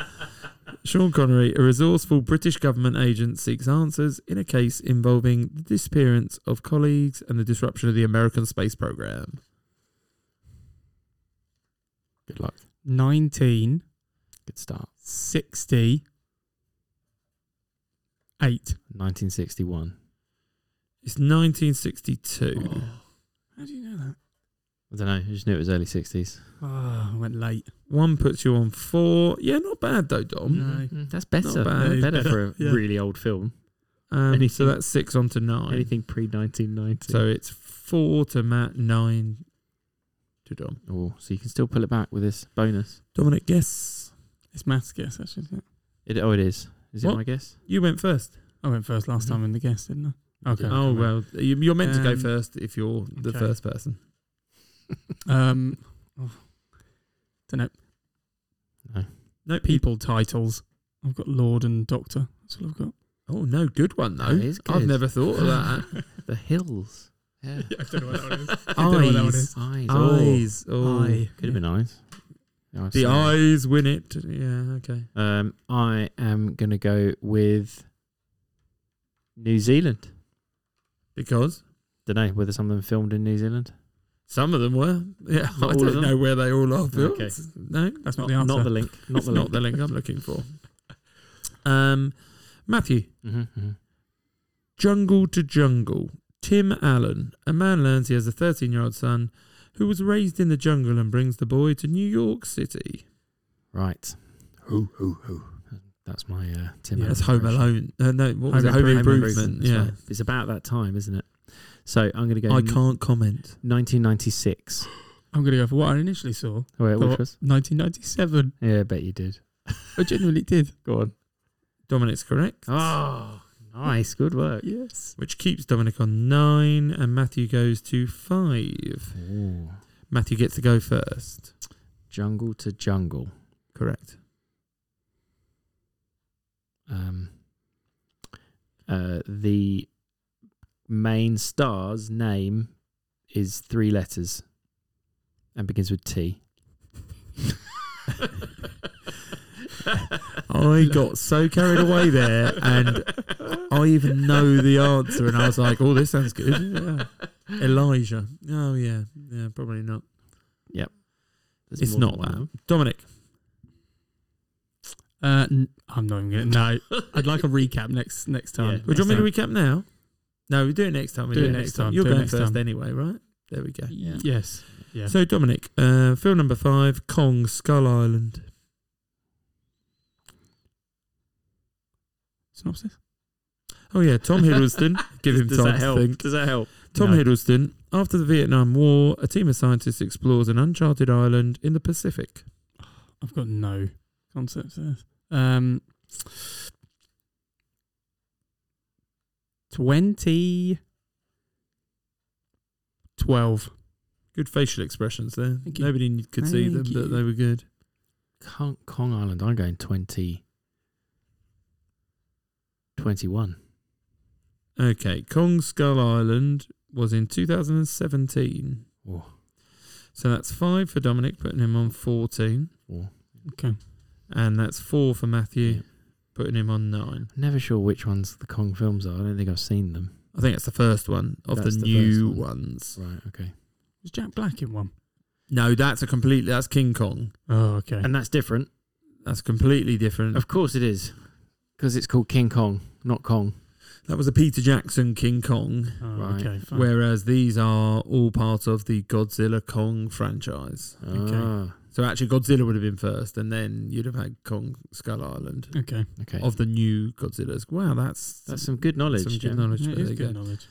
A: Sean Connery, a resourceful British government agent, seeks answers in a case involving the disappearance of colleagues and the disruption of the American space program.
B: Good luck.
C: 1968.
B: Good start. 1961.
A: It's 1962.
C: How do you know that?
B: I don't know. I just knew it was early 60s.
C: Oh, I went late.
A: One puts you on four. Yeah, not bad though, Dom.
C: No.
B: Mm, That's better.
A: Not bad.
B: Better,
C: That is better.
B: for a
C: Yeah.
B: really old film.
A: Um, so
B: Anything-
A: that's six on to nine.
B: Anything pre 1990.
A: So it's four to Matt, nine to Dom.
B: oh, so you can still pull it back with this bonus.
A: Dominic, guess.
C: It's maths guess, actually. Isn't
B: It,
C: it?
B: oh, it is. Is
A: What?
B: it my guess?
A: You went first.
C: I went first last time in the guess, didn't I? Okay.
A: Oh,
C: come on.
A: well, you- you're meant to go
C: Um,
A: first if you're the
C: okay.
A: first person.
C: Um, don't know.
B: No.
A: No,
C: People titles. I've got Lord and Doctor. That's all I've got.
A: Oh, no, good one, though.
B: That is
A: I've
B: good.
A: never thought of that.
B: The Hills. Yeah.
A: [laughs]
C: Yeah, I don't know
B: [laughs]
C: what that one is.
A: don't know what that one
B: eyes.
A: is.
B: Eyes. Oh,
A: eyes. Oh.
C: Eye.
B: Could have been eyes. Oh,
A: The
B: sorry.
A: eyes win it. Yeah, okay.
B: Um, I am going to go with New Zealand.
A: Because
B: Don't know whether some of them filmed in New Zealand.
A: some of them were. [laughs] Yeah,
B: Not
A: I
B: all of
A: don't
B: them?
A: know where they all are. Built.
B: Okay.
A: No,
C: That's not the answer.
B: Not the link. Not
A: it's [laughs]
B: the
A: not
B: link.
A: the link I'm looking for. Um, Matthew,
B: Mhm, mhm.
A: Jungle to Jungle. Tim Allen. A man learns he has a 13 year old son who was raised in the jungle and brings the boy to New York City.
B: Right. Who, who, who. That's my uh, Tim.
A: Yeah,
B: Allen
A: that's Home
B: impression.
A: Alone. Uh, no, what was it?
C: Home
A: Home
C: Improvement.
A: Improvement.
B: That's
A: Yeah.
B: right. It's about that time, isn't it? So I'm going to go
A: I can't comment.
B: 1996.
C: I'm going to go for what I initially saw.
B: Wait, which
C: Thought
B: was?
C: 1997.
B: Yeah, I bet you did.
C: I genuinely did.
B: Go on.
A: Dominic's correct.
B: Oh, [laughs] nice. Good work.
C: Yes.
A: Which keeps Dominic on nine and Matthew goes to five.
B: Ooh.
A: Matthew gets to go first.
B: Jungle to jungle.
A: Correct.
B: um, uh, the main star's name is three letters and begins with T.
A: [laughs] I got so carried away there and I even know the answer and I was like, oh, this sounds
C: [laughs]
A: good. Yeah. Elijah. Oh, yeah. Yeah, probably not. It's
B: There's more
A: not
B: than one
A: that.
B: of
A: Dominic.
C: Uh, n- I'm not even going to. No. I'd like a recap next next time.
B: Yeah.
A: Would you want me to recap now? No, we do it next time. We do, it next time. You're
C: Do it
A: going
C: next
A: first
C: time.
A: anyway, right? There we go.
B: Yeah.
C: Yes. Yeah.
A: So, Dominic, uh, film number five Kong Skull Island.
C: Synopsis.
A: Oh, yeah. Tom Hiddleston. Give him
B: Does
A: time
B: that
A: to
B: help?
A: think.
B: Does that help?
A: Tom
C: No.
A: Hiddleston. After the Vietnam War, a team of scientists explores an uncharted island in the Pacific.
C: I've got no concept of this. Um, Twenty twelve.
A: Good facial expressions there.
C: Thank you.
A: Nobody could see them,
C: Thank
A: but
C: you.
A: they were good.
B: Kong, Kong Island. I'm going 20. 21.
A: Okay, Kong Skull Island was in 2017.
B: Oh,
A: So that's five for Dominic, putting him on 14.
B: oh.
A: And that's four for Matthew,
B: Yeah.
A: putting him on nine.
B: Never sure which ones the Kong films are. I don't think I've seen them.
A: I think that's the first one of
B: That's
A: the,
B: the
A: new
B: first one.
A: ones.
B: Right, okay.
C: Was Jack Black in one?
A: No, that's a completely that's King Kong.
C: Oh, okay.
B: And that's different.
A: That's completely different.
B: Of course it is. Because it's called King Kong, not Kong.
A: That was a Peter Jackson King Kong,
C: oh,
B: right.
C: okay, fine.
A: whereas these are all part of the Godzilla Kong franchise.
C: Okay.
B: Ah,
A: So actually, Godzilla would have been first, and then you'd have had Kong Skull Island
C: okay.
B: okay.
A: of the new Godzillas. Wow, that's
B: That's some good knowledge.
A: some
B: Jem.
A: good knowledge.
C: It
A: but
C: is
A: there you
C: good
A: go.
C: knowledge.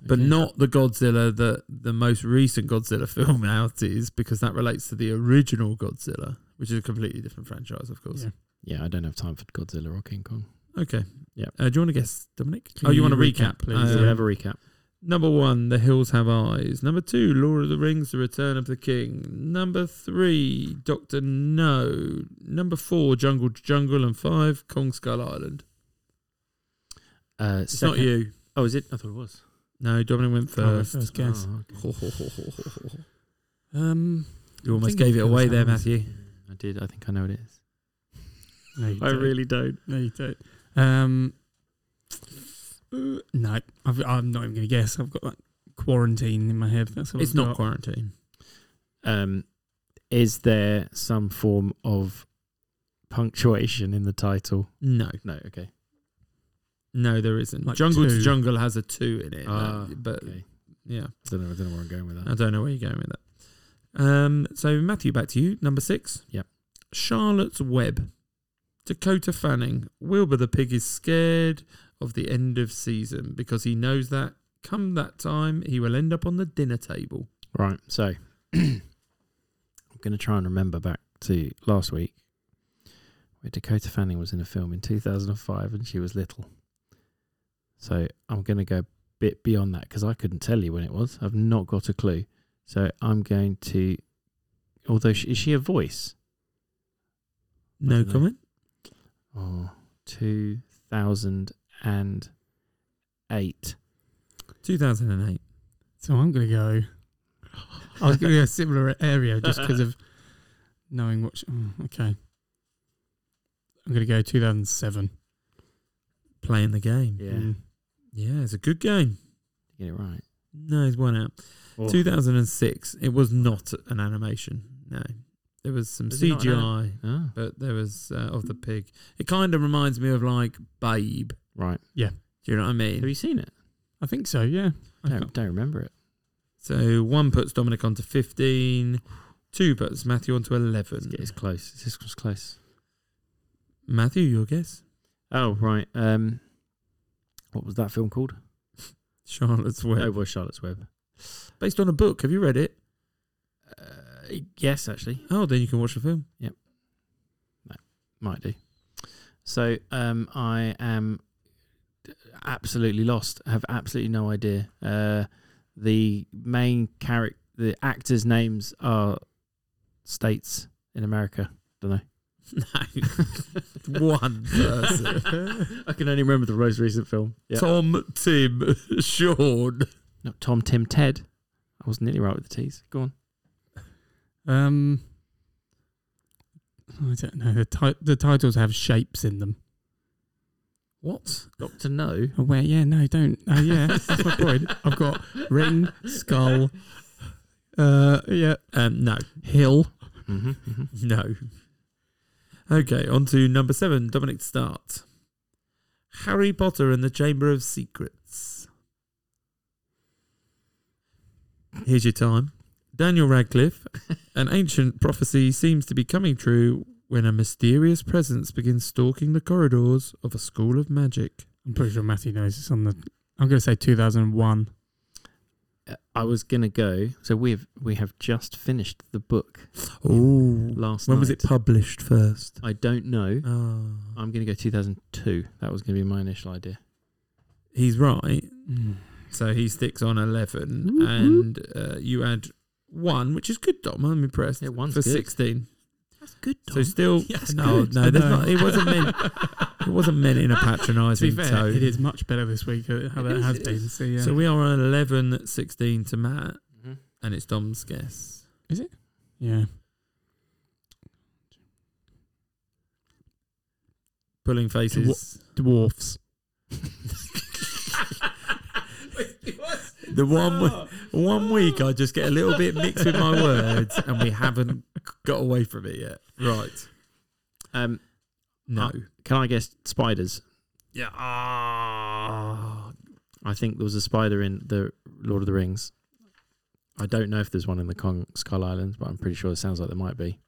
A: But
B: Okay.
A: not the Godzilla that the most recent Godzilla [laughs] film out is, because that relates to the original Godzilla, which is a completely different franchise, of course.
C: Yeah.
B: Yeah, I don't have time for Godzilla or King Kong.
A: Okay.
B: Yeah.
A: Uh, do you want to guess, Dominic?
C: Can
A: oh, you,
C: you
A: want to recap,
C: recap, please?
A: Um,
B: So we'll have a recap.
A: Number one, The Hills Have Eyes. Number two, Lord of the Rings, The Return of the King. Number three, Doctor No. Number four, Jungle to Jungle. And five, Kong Skull Island.
B: Uh,
A: It's
B: second-
A: not you.
B: Oh, is it? I thought it was.
A: No, Dominic went
C: Oh, my
A: first.
C: first guess.
B: Oh, [laughs] okay.
C: Um,
A: You almost
C: Think
A: gave it
C: Hills
A: away
C: Have
A: there,
C: Eyes.
A: Matthew.
B: I did. I think I know what it is.
C: no, you
B: I
C: don't.
B: really don't.
C: No, you don't. Um, uh, no, I've, I'm not even going to guess. I've got that quarantine in my head. That's all
A: It's
C: I've
A: not
C: got.
A: quarantine.
B: Um, is there some form of punctuation in the title?
A: No,
B: No. Okay.
A: no, there isn't.
C: Like
A: jungle to
C: two.
A: Jungle has a two in it.
B: Ah,
A: that- but
B: okay.
A: yeah,
B: I don't know. I don't know where I'm going with
A: I
B: that.
A: don't know where you're going with that. Um, so Matthew, back to you. Number six.
B: Yep.
A: Charlotte's Web. Dakota Fanning. Wilbur the pig is scared of the end of season because he knows that come that time he will end up on the dinner table.
B: Right. So [clears throat] I'm going to try and remember back to last week where Dakota Fanning was in a film in 2005 and she was little. So I'm going to go a bit beyond that because I couldn't tell you when it was. I've not got a clue. So I'm going to. Although, she, is she a voice?
A: No
B: don't know.
A: comment.
B: Oh, 2008.
A: 2008.
C: So I'm going to go. I was going to go similar area just because of knowing what. She, oh, okay. I'm going to go 2007.
A: Playing the game.
B: Yeah.
C: Mm.
A: Yeah, it's a good game.
B: Get it right.
A: No, he's one out. 2006. It was not an animation. No, there was some
B: Was it not an
A: CGI,
B: Ah,
A: but there was uh, of the pig. It kind of reminds me of like Babe.
B: right.
A: Do you know what I mean?
B: Have you seen it?
C: I think so, yeah.
B: [laughs]
C: I
B: Don't, don't remember it.
A: So one puts Dominic onto 15, two puts Matthew onto 11.
B: It's close. This was close.
A: Matthew, your guess?
B: Oh right. Um, what was that film called?
A: Charlotte's Web.
B: Oh, it was Charlotte's Web. Oh.
A: Based on a book. Have you read it?
B: Uh, yes, actually,
A: Oh, then you can watch the film. [laughs]
B: might do. So um, I am absolutely lost. I have absolutely no idea. Uh, the main character, the actors' names are states in America.
A: No. [laughs] one person.
B: [laughs] I can only remember the most recent film. Yeah.
A: Tom, Tim, [laughs] Sean.
B: no, Tom, Tim, Ted. I was nearly right with the T's. Go on.
C: Um, I don't know. The, ti- the titles have shapes in them.
A: What?
B: Doctor No.
C: Oh, where? Yeah, no, don't. Oh, yeah. That's my point. I've got ring, skull. [laughs] Uh, yeah.
A: Um, no. Hill.
B: Mm-hmm,
A: [laughs]
B: mm-hmm.
A: No. Okay, on to number seven, Dominic Start. Harry Potter and the Chamber of Secrets. Here's your time. Daniel Radcliffe. An ancient prophecy seems to be coming true when a mysterious presence begins stalking the corridors of a school of magic.
C: I'm pretty sure Matthew knows it's on the. I'm going to say 2001.
B: I was gonna go. So we've we have just finished the book
A: Oh.
B: last
A: When
B: night.
A: was it published first?
B: I don't know.
A: Oh.
B: I'm gonna go 2002. That was gonna be my initial idea.
A: he's right.
B: Mm.
A: So he sticks on 11,
B: Whoop,
A: and uh, you add one, which is good, Dom. I'm impressed.
B: Yeah, one's
A: for
B: good.
A: 16.
B: That's good.
A: So still,
B: Yes,
A: no,
B: good.
A: no, that's
C: No.
A: not, it wasn't meant. It wasn't meant
B: [laughs]
A: in a
C: To be
A: patronising
C: fair,
A: tone.
C: it is much better this week uh, how
B: It
C: that
B: is,
C: has
B: it
C: been.
B: is.
C: So yeah,
A: So we are on 11, 16 to Matt,
B: Mhm.
A: and it's Dom's guess.
C: yeah.
A: Pulling faces.
C: Dwarfs.
A: [laughs] The one we- one week I just get a little bit mixed with my words, and we haven't got away from it yet. Right?
B: Um,
A: No.
B: can I guess spiders?
A: Yeah. Ah.
B: I think there was a spider in the Lord of the Rings. I don't know if there's one in the Kong Skull Islands, but I'm pretty sure it sounds like there might be.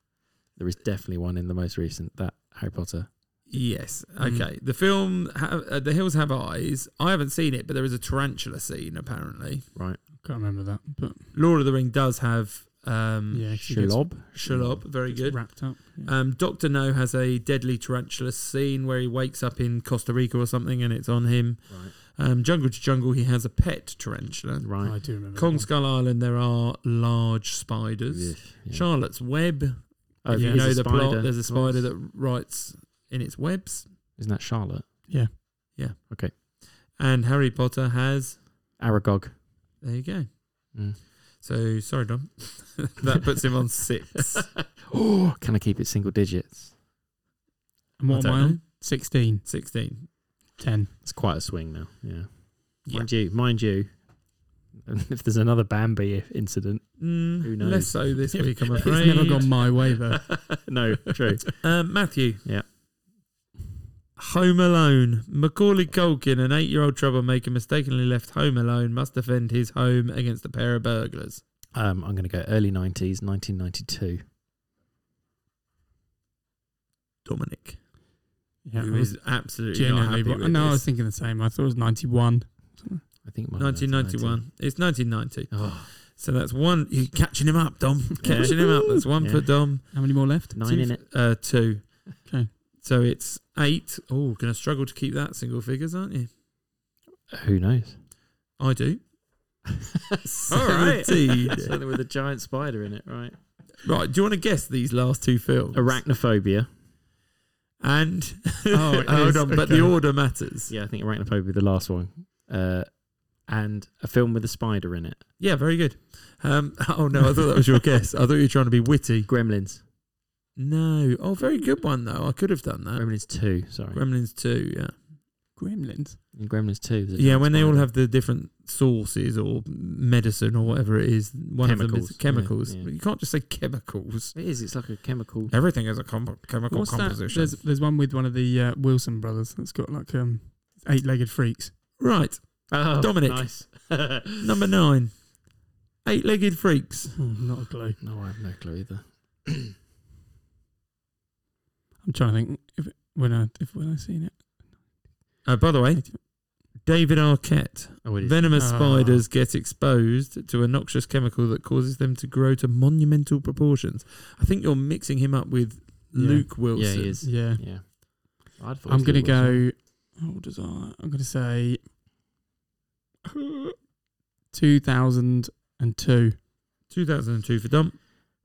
B: There is definitely one in the most recent that Harry Potter.
A: Yes.
B: Mm.
A: Okay. The film ha- uh, The Hills Have Eyes. I haven't seen it, but there is a tarantula scene apparently.
C: Can't remember that, but
A: Lord of the Ring does have um
C: yeah, 'cause it gets-
B: Shelob.
A: Shelob, very
C: gets
A: good.
C: Wrapped up. Yeah.
A: Um, Doctor No has a deadly tarantula scene where he wakes up in Costa Rica or something, and it's on him.
B: Right.
A: Um, Jungle to Jungle, he has a pet tarantula.
B: Right.
C: Oh, I do remember. that
A: Kong
C: one.
A: Skull Island, there are large spiders.
B: Yeah.
A: Charlotte's Web,
B: Oh,
A: if
B: if
A: you
B: it is
A: know
B: a
A: the
B: spider,
A: plot, there's a spider
B: Right.
A: that writes in its webs.
B: Isn't that Charlotte?
A: And Harry Potter has
B: Aragog.
A: There you go.
B: Mm.
A: So sorry, Dom. [laughs] that puts him on
C: [laughs]
A: six.
B: Oh, can I keep it single digits?
C: And what
A: I
C: am
A: don't
C: I on?
A: know.
C: 16,
A: Sixteen.
C: 10.
B: It's quite a swing now. Yeah.
A: Yeah.
B: Mind you, mind you, [laughs] if there's another Bambi incident,
A: Mm,
B: Who knows?
A: Less so this week, I'm
C: [laughs] It's
A: afraid.
C: never
A: [laughs]
C: gone my way though.
B: no, true.
A: Um, Matthew.
B: Yeah.
A: Home Alone. Macaulay Culkin, an eight-year-old troublemaker, mistakenly left home alone, must defend his home against a pair of burglars.
B: [laughs] Um, I'm going to go early 90s, 1992.
A: Dominic,
C: Yeah,
A: who
C: I was
A: is absolutely not
C: genuinely.
A: happy
C: But,
A: with
C: no, I was
A: this.
C: thinking the same. I thought it was ninety one.
B: I think it might be
A: 1991. It's 1990.
B: 1990. Oh,
A: So that's one. You're catching him up,
C: [laughs]
A: Dom. catching him up. That's one
B: Yeah.
A: for Dom.
C: How many more left?
B: nine
A: two,
B: in
A: f-
B: it.
A: Uh, two.
C: Okay.
A: So it's eight. Oh, going to struggle to keep that single figures, aren't you?
B: Who [laughs] knows?
A: I do.
B: All [laughs] right.
A: Seventeen.
B: Something with a giant spider in it, right?
A: right. Do you want to guess these last two films?
B: [laughs] Arachnophobia.
A: And [laughs]
B: [laughs]
C: Oh, it
A: hold
C: is,
A: on, but the
C: okay.
A: order matters. Yeah.
B: Yeah, I think Arachnophobia, the last one. Uh, and a film with a spider in it.
A: very good. Um, [laughs] oh no, I thought that was your guess. I thought you were trying to be witty.
B: Gremlins.
A: No. Oh, very good one though. I could have done that.
B: Gremlins 2, sorry.
A: Gremlins two. Yeah.
C: Gremlins.
B: In Gremlins 2. there's a
A: Yeah,
B: giant
A: when they all
B: spider.
A: have the different sauces or medicine or whatever it is, one of them is
B: Chemicals,
A: chemicals.
B: yeah, yeah.
A: But You can't just say chemicals.
B: It is, it's like a
A: [laughs]
B: chemical.
A: Everything is a com- chemical
C: What's that?
A: composition.
C: There's there's one with one of the uh, Wilson brothers that's got like um eight legged freaks.
A: Right,
B: Oh,
A: Dominic.
B: Nice. [laughs] no,
A: number nine, eight-legged freaks.
C: Not a clue.
B: I have no clue either.
C: I'm trying to think if it, when I if when I seen it.
A: Uh, by the way, David Arquette.
B: Oh, it is.
A: Venomous
C: Ah.
A: spiders get exposed to a noxious chemical that causes them to grow to monumental proportions. I think you're mixing him up with
C: Yeah.
A: Luke Wilson.
B: yeah, it is.
C: Yeah.
B: Yeah. I'd thought it
C: I'm
B: was
C: gonna
B: Luke Wilson.
C: go. How old is I? I'm gonna say uh, two thousand and two.
A: 2002 for Dom.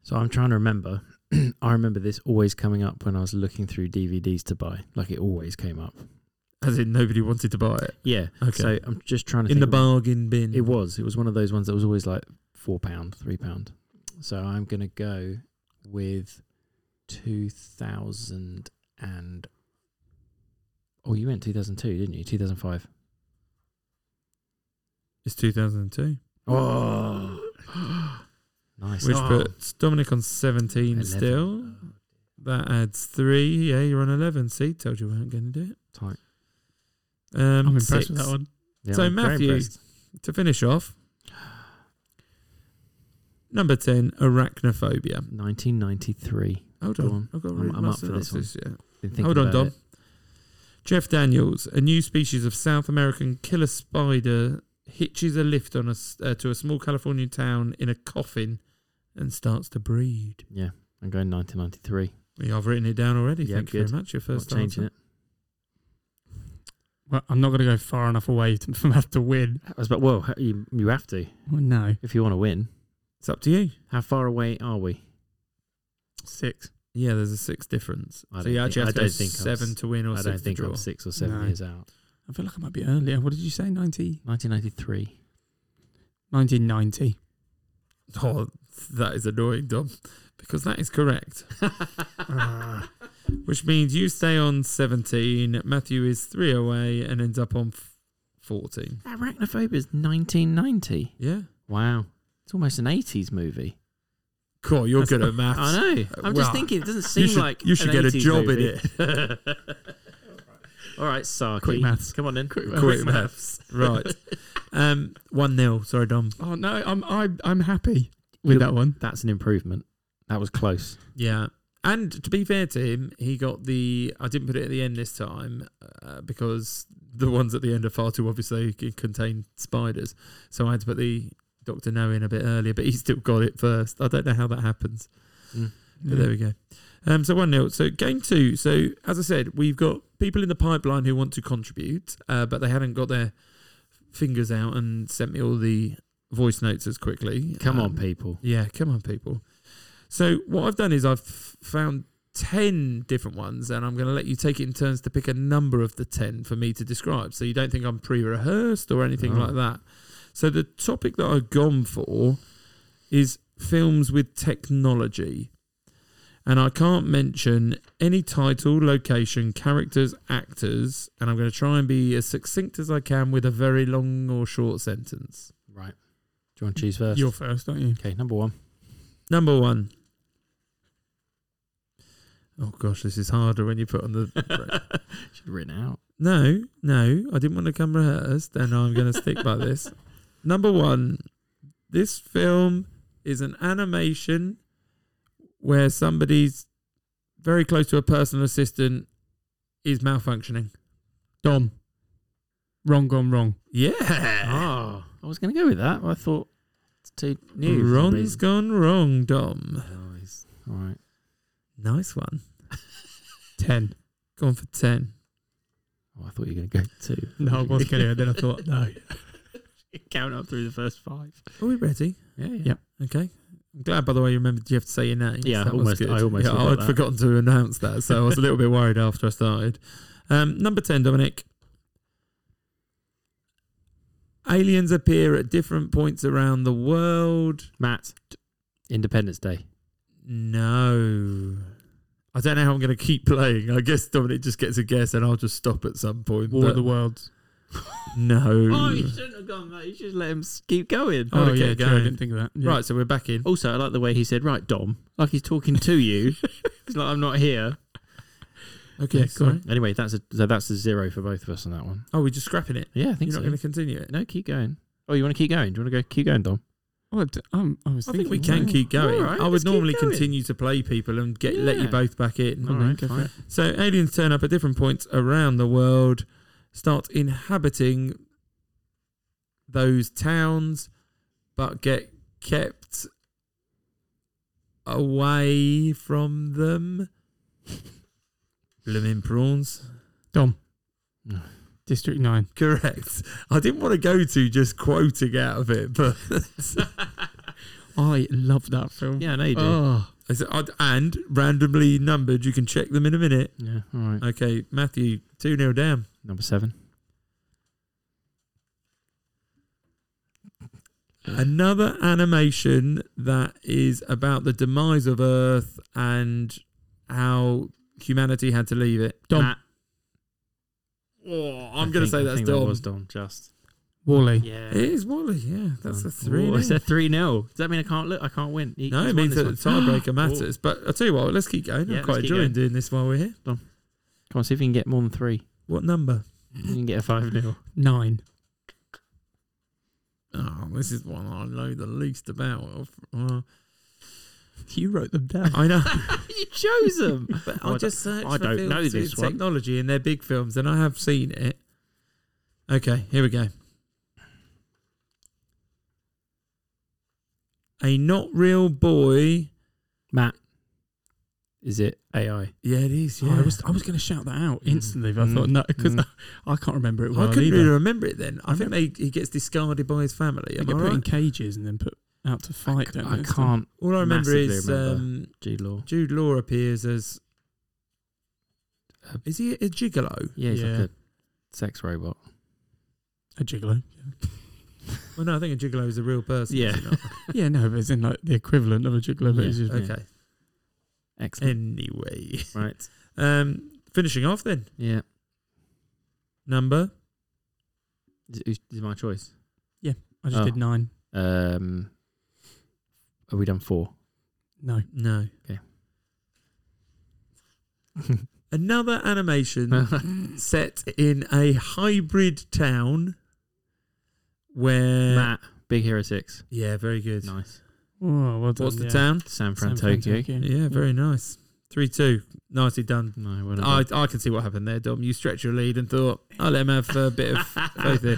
B: So I'm trying to remember. [clears throat] I remember this always coming up when I was looking through DVDs to buy. Like it always came up.
A: As in, nobody wanted to buy it.
B: Yeah.
A: Okay.
B: So I'm just trying to
A: In the
B: think of-
A: bargain bin.
B: It was. It was one of those ones that was always like four pound, three pound. So I'm gonna go with two thousand and. Oh, you went 2002, didn't you? 2005.
A: It's 2002.
B: Oh, [gasps] nice.
A: Which
B: Oh.
A: puts Dominic on 17
B: 11.
A: still.
B: Oh,
A: That adds three. Yeah, you're on 11. See, told you we weren't going to do it.
B: tight.
A: Um,
C: I'm impressed
A: six.
C: with that one.
B: Yeah,
A: So,
B: I'm very
A: Matthew-
B: impressed.
A: To finish off, number 10, Arachnophobia.
B: 1993.
A: Hold
B: Go
A: on.
B: on.
A: I've got to
B: I'm-
A: read
B: I'm
A: my
B: up for this one.
A: synopsis, yeah.
B: Been thinking
A: Hold on,
B: about
A: Dom.
B: it.
A: Jeff Daniels, a new species of South American killer spider, hitches a lift on a s uh, to a small Californian town in a coffin and starts to breed.
B: Yeah, I'm going 1993.
A: Yeah, I've written it down already.
B: Yeah,
A: Thank you
B: good.
A: very much. Your first
B: Not changing
A: answer.
B: it.
C: Well, I'm not going to go far enough away [laughs] to, for have to win.
B: I was about, well, you, you have to
C: Well, no,
B: if you want to win.
A: It's up to you.
B: How far away are we?
C: six.
A: Yeah, there's a six difference.
B: I
A: so
B: don't
A: you
B: think-
A: actually
B: I
A: have to
B: don't
A: go
B: think I'm
A: seven
B: s-
A: to win or
B: I
A: six
B: don't think
A: to draw.
B: I'm six or seven
C: No.
B: years out.
C: I feel like I might be earlier. What did you say? 90?
B: 1993.
C: 1990.
A: [laughs] Oh, that is annoying, Dom, because that is correct. [laughs] Which means you stay on 17, Matthew is three away and ends up on f- 14.
B: Arachnophobia is 1990.
A: Yeah.
B: Wow. It's almost an 80s movie.
A: Cool, you're
B: That's-
A: good at maths.
B: I know. I'm just
A: Wow.
B: thinking, it doesn't
A: You
B: seem
A: should-
B: like.
A: you should
B: an
A: get a
B: 80s
A: job
B: movie.
A: in
B: it. [laughs] All right, Saki.
C: Quick maths.
B: Come on in. Quick,
A: Quick maths. right. Um, 1 0. Sorry, Dom.
C: Oh no, I'm I'm I'm happy with
B: Yep.
C: that one.
B: [laughs] That's an improvement. That was close.
A: Yeah. And to be fair to him, he got the. I didn't put it at the end this time uh, because the ones at the end are far too obvious. They c- contain spiders. So I had to put the Dr. No in a bit earlier, but he still got it first. I don't know how that happens.
B: Mm.
A: But there we go. Um, so 1 0. So game two. So as I said, we've got people in the pipeline who want to contribute, uh, but they hadn't got their fingers out and sent me all the voice notes as quickly.
B: Come
A: Um,
B: on, people.
A: yeah, come on, people. So what I've done is I've f- found ten different ones, and I'm going to let you take it in turns to pick a number of the ten for me to describe. So you don't think I'm pre-rehearsed or anything
B: Oh.
A: like that. So the topic that I've gone for is films with technology. And I can't mention any title, location, characters, actors, and I'm going to try and be as succinct as I can with a very long or short sentence.
B: Right. Do you want to choose first?
C: You're first, aren't you?
B: okay, number [laughs] one.
A: Number one. Oh gosh, this is harder when you put on the. [laughs]
B: Should have written it out.
A: no, no, I didn't want to come rehearsed, and I'm going to stick by
B: [laughs]
A: this. [laughs] Number one, this film is an animation where somebody's very close to a personal assistant is malfunctioning.
C: Dom. Wrong gone wrong.
A: Yeah,
B: Oh, I was going to go with that. but I thought it's too new. for some
A: wrong's
B: reason.
A: gone wrong, Dom.
B: Oh, he's- All right.
A: Nice one.
C: Ten.
A: Gone for ten.
B: Oh, I thought you were going to go [laughs] two.
C: No, I was gonna and then I thought, no.
B: Count up through the first five.
A: Are we ready?
B: Yeah, yeah.
C: Yeah.
A: Okay. I'm glad, by the way, you remembered you have to say your name.
B: Yeah,
A: That was
B: almost-
A: good.
B: I almost
A: Yeah,
B: forgot
A: I'd
B: that.
A: forgotten to announce that, so I was a little bit worried after I started. Um, number 10, Dominic. Aliens appear at different points around the world.
B: Matt, Independence Day.
A: No. I don't know how I'm going to keep playing. I guess Dominic just gets a guess and I'll just stop at some point.
C: War of
A: but
C: the Worlds.
A: no.
B: shouldn't have gone, mate. Oh, You should let him s- keep going.
A: Oh,
C: Oh,
A: okay,
C: yeah, true,
A: going.
C: I didn't think of that. Yeah.
A: Right, so we're back in.
B: Also, I like the way he said, right, Dom, like he's talking to you. it's like I'm not here.
A: Okay,
C: yeah, go
A: sorry.
C: on.
B: Anyway, that's a so that's a zero for both of us on that one.
A: Oh, we're just scrapping it.
B: Yeah, I think
A: You're not
B: so.
A: going to continue it.
B: No, keep going. Oh, you want to keep going? Do you want to go? Keep going, Dom.
C: Oh, I d- um, I was
A: I think
C: thinking,
A: we can
C: wow.
A: keep going.
B: All right,
A: I would
B: let's keep
A: normally
B: going.
A: continue to play people and get let you
B: Yeah.
A: both back in.
C: All
B: All
C: right,
B: right,
C: go for
B: fine.
C: it.
A: So aliens turn up at different points around the world, start inhabiting those towns, but get kept away from them. Blooming prawns.
C: Dom.
B: No.
C: District nine.
A: Correct. I didn't want to go to just quoting out of it, but [laughs]
C: I love that film.
B: Yeah, I know you do.
C: Oh,
A: I said- I'd- and randomly numbered. You can check them in a minute.
B: Yeah, all right.
A: Okay, Matthew, 2 0 down.
B: Number seven.
A: Another animation that is about the demise of Earth and how humanity had to leave it.
C: Dom.
B: Matt,
A: Oh, I'm going
B: I
A: to
B: think-
A: say
B: I
A: that's
B: think that
A: Dom.
B: was Dom, just.
C: Wally.
B: Yeah.
A: It is Wally, yeah. That's a 3
B: Oh, It's
A: now.
B: a three 0 Does that mean I can't look? I can't win. He-
A: No,
B: he's
A: it
B: won
A: means
B: this
A: that the
B: one. [gasps]
A: tiebreaker matters. But I'll tell you what, let's keep going.
B: Yeah,
A: I'm quite
B: let's keep
A: enjoying
B: going.
A: doing this while we're here.
B: Come on, see if you can get more than three.
A: What number?
B: [laughs] You can get a five 0
C: Nine.
A: Oh, this is one I know the least
B: [laughs]
A: about. Uh,
C: You wrote them down.
A: I know.
B: [laughs] you chose them.
A: But
B: Oh, I
A: I just searched
B: I
A: for
B: don't
A: films
B: know
A: with
B: this one.
A: technology in their big films, and I have seen it. Okay, here we go. A not real boy
B: Matt, Is it AI?
A: Yeah, it is.
C: Oh,
A: Yeah,
C: I was I was going to shout that out
B: Mm.
C: instantly, but I
B: Mm.
C: thought no because
B: Mm.
C: [laughs] I can't remember it
A: I
C: well
A: couldn't
C: either.
A: really remember it then. I,
C: I
A: think they, he gets discarded by his family.
C: they
A: Am
C: get
A: I
C: put
A: right?
C: in cages and then put out to fight. don't
B: I
C: they?
B: can't.
A: All I remember
B: Massively
A: is
B: remember.
A: Um,
B: G Law.
A: Jude Law appears as.
B: Uh,
A: Is he a gigolo?
B: Yeah, he's
C: Yeah.
B: like a sex robot.
C: a gigolo.
A: Well, no, I think a gigolo is a real person.
B: Yeah.
A: is it not?
C: yeah, no, but it's in like the equivalent of a gigolo, but
B: [laughs]
C: it's
B: Yeah.
C: just
B: Okay.
A: okay.
B: Excellent.
A: Anyway,
B: right.
A: um, finishing off then
B: Yeah.
A: number.
B: Is, is is my choice?
C: I just
B: Oh.
C: did nine.
B: Um, are we done four? [laughs]
C: No,
A: No.
B: Okay.
A: Another animation set in a hybrid town where.
B: Matt, Big Hero Six.
A: Yeah, very good.
B: Nice.
C: oh, well done,
A: What's the
C: yeah.
A: town?
B: San
C: San
B: Fran,
C: Fran,
B: Tokyo.
A: Yeah, very nice. 3 2. Nicely done.
B: No, well
A: I,
B: done.
A: I can see what happened there, Dom. You stretched your lead and thought, I'll let him have a bit [laughs]
B: [laughs]
A: of faith here.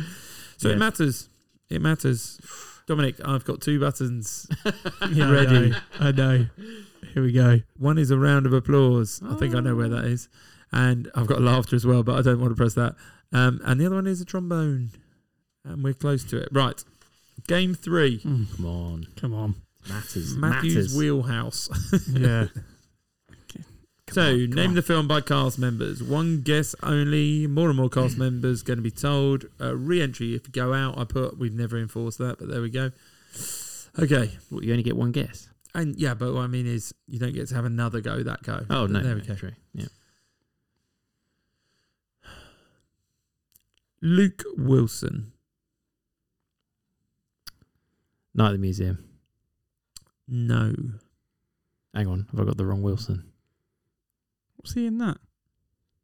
A: So it
B: Yeah.
A: matters. It matters. Dominic, I've got two buttons.
C: Yeah, I
A: Ready.
C: know, I know. Here we go.
A: One is a round of applause. I think I know where that is. And I've got laughter as well, but I don't want to press that. Um, and the other one is a trombone. And we're close to it. Right. Game three.
B: Come on,
C: Come on.
B: matters.
A: Matthew's
B: matters.
A: wheelhouse.
C: Yeah.
B: Come
A: so,
B: on, come
A: name
B: on.
A: the film by cast members. One guess only. More and more
B: [clears throat]
A: cast members going to be told. Uh, re-entry if you go out. I put we've never enforced that, but there we go. Okay,
B: What, you only get one guess.
A: and yeah, but what I mean is you don't get to have another go that go.
B: Oh no,
A: there we
B: no,
A: go.
B: True. Yeah.
A: Luke Wilson.
B: Night at the museum.
A: No,
B: Hang on, have I got the wrong Wilson?
C: What's he in that?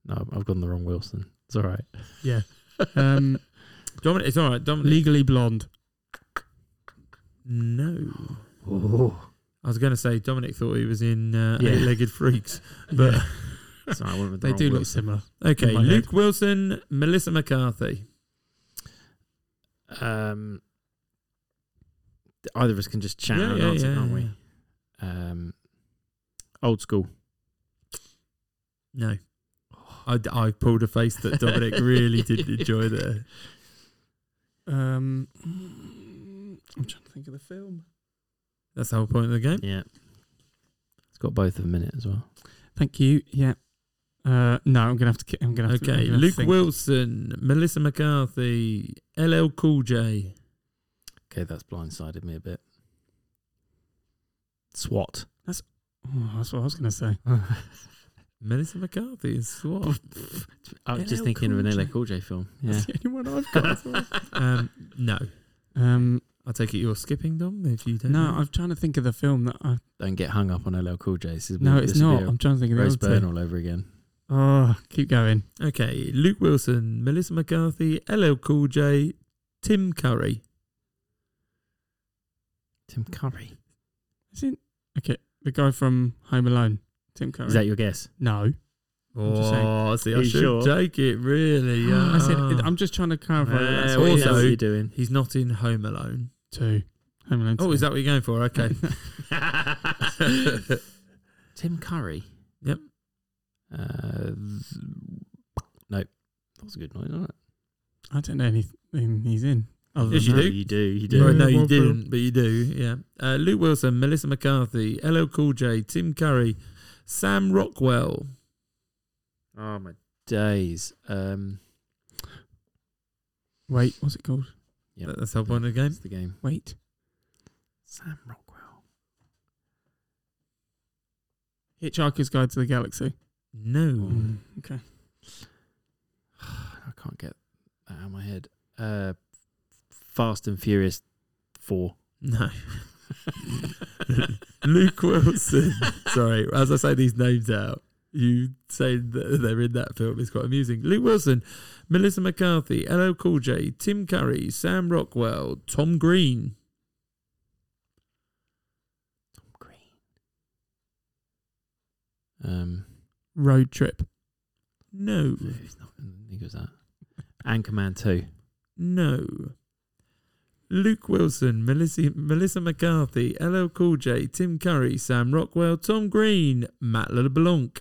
B: No, I've gone the wrong Wilson. It's all right.
C: Yeah. Um,
A: Dominic. It's all right, Dominic.
C: Legally Blonde.
A: no,
B: Oh,
A: I was going to say Dominic thought he was in uh,
B: Yeah.
A: Eight-Legged
C: [laughs]
A: Freaks, but
B: sorry, I went with the
C: They
B: wrong
C: do look
B: Wilson.
C: similar.
A: okay.
C: In my head.
A: Luke Wilson, Melissa McCarthy.
B: Um, either of us can just chat
A: Yeah,
B: and
A: yeah,
B: answer,
A: yeah,
B: can't
A: yeah.
B: we? Um, old school.
A: No. I, I pulled a face that
C: [laughs]
A: Dominic really did enjoy there.
C: Um, I'm trying to think of the film.
A: That's the whole point of the game.
B: Yeah. It's got both of them in it as well.
C: Thank you. Yeah. Uh, no, I'm gonna have to. ki- I'm gonna have to.
A: Okay,
C: I'm gonna have to
A: Luke
C: think.
A: Wilson, Melissa McCarthy, LL Cool J.
B: Okay, that's blindsided me a bit. SWAT.
C: Oh, that's what I was gonna say.
A: Melissa McCarthy is
C: [laughs]
A: SWAT.
B: I was just
A: LL
B: thinking of
A: Cool
B: an LA
A: J.
B: Cool J film.
A: [laughs]
B: Yeah.
C: That's the only one I've got. as well.
A: um, no.
C: [laughs] um,
A: I take it you're skipping, Dom, if you don't.
C: no,
A: know.
C: I'm trying to think of the film that I.
B: Don't get hung up on LL Cool J. This is-
C: No, it's
B: this would be
C: not.
B: a
C: I'm trying to think of the
B: Rose
C: other
B: Byrne
C: two.
B: all over again.
C: Oh, keep going.
A: Okay, Luke Wilson, Melissa McCarthy, LL Cool J, Tim Curry.
B: Tim Curry.
C: Isn't okay? The guy from Home Alone, Tim Curry.
B: Is that your guess?
C: no? I'm just saying.
A: Oh, see, I
B: He's
A: should
B: sure.
A: take it, really.
C: [gasps] I said
A: Ah.
C: I'm just trying to clarify. that that's
A: Yeah,
B: Uh,
C: what
B: what
C: it
A: also-
B: also,
C: is.
B: you doing?
A: He's not in Home Alone.
C: two. Home Alone.
A: Oh,
C: two.
A: is that what you're going for? Okay.
C: [laughs]
A: [laughs]
B: Tim Curry.
A: Yep.
B: Uh, nope. That was a good noise, wasn't it?
C: I don't know anything he's in. Other
A: Yes,
C: than
A: you
C: that.
A: do.
B: You do. You do.
A: Well, no, you
C: Well,
A: didn't, but you do. Yeah. Uh, Luke Wilson, Melissa McCarthy, LL Cool J, Tim Curry, Sam Rockwell.
B: Oh my days. Um,
C: Wait, what's it called?
B: Yep.
A: That- That's the whole point of the game.
B: that's the game.
C: Wait.
B: Sam Rockwell.
C: Hitchhiker's Guide to the Galaxy.
A: No.
B: Mm.
C: Okay.
B: [sighs] I can't get that out of my head. Uh, Fast and Furious Four.
A: No. Luke Wilson. Sorry, as I say these names out, you saying that they're in that film is quite amusing. Luke Wilson, Melissa McCarthy, LL Cool J, Tim Curry, Sam Rockwell, Tom Green.
B: Green. Um,
C: Road Trip.
A: No.
B: no, "Ah." it's not. I think it was that. Anchorman Two.
A: No. Luke Wilson, Melissa, Melissa McCarthy, LL Cool J, Tim Curry, Sam Rockwell, Tom Green, Matt LeBlanc.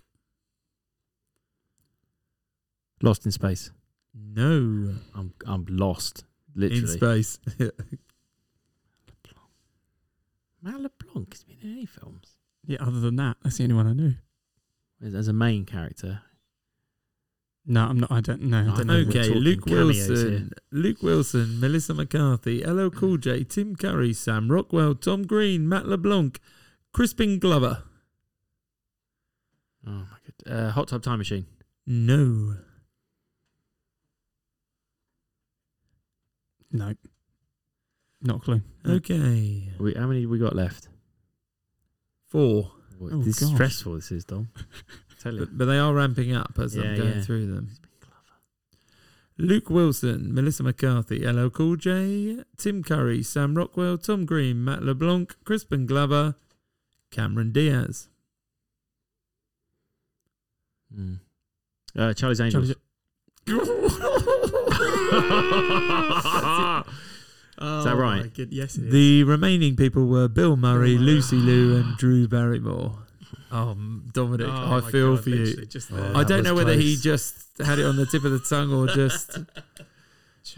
B: Lost in space.
A: No,
B: I'm I'm lost. Literally.
A: in space.
B: Matt LeBlanc has been in any films.
C: Yeah, other than that, that's the only one I knew.
B: As as a main character.
C: No, I'm not. I don't know. I
B: I
C: don't know.
B: know. we're
A: okay,
B: talking
A: Luke
B: cameos
A: Wilson,
B: here. Hmm.
A: Luke Wilson, Melissa McCarthy, LL Cool J, Tim Curry, Sam Rockwell, Tom Green, Matt LeBlanc, Crispin Glover.
B: Oh my god. Uh, Hot Tub Time Machine.
A: No,
C: No, not a clue.
A: okay,
B: We, how many we got left?
A: four.
B: What-
C: Oh,
B: this is
C: gosh.
B: stressful. This
A: [laughs]
B: is Dom. Tell you.
A: But, but they are ramping up as
B: Yeah,
A: I'm going
B: yeah.
A: through them. Luke Wilson, Melissa McCarthy, LL Cool J, Tim Curry, Sam Rockwell, Tom Green, Matt LeBlanc, Crispin Glover, Cameron
B: [laughs]
A: Diaz. [laughs]
B: Mm. Uh, Charlie's [laughs] Angels.
C: Charlie's-
B: Is
A: Oh
B: that right?
C: Yes, it is.
A: The remaining people were Bill Murray,
C: Bill Murray.
A: Lucy Liu, and Drew Barrymore. Oh, Dominic, I feel for you.
B: there.
A: I
B: That
A: don't
B: was
A: know whether he
B: close.
A: just had it on the tip of the tongue [laughs]
B: [laughs]
A: or just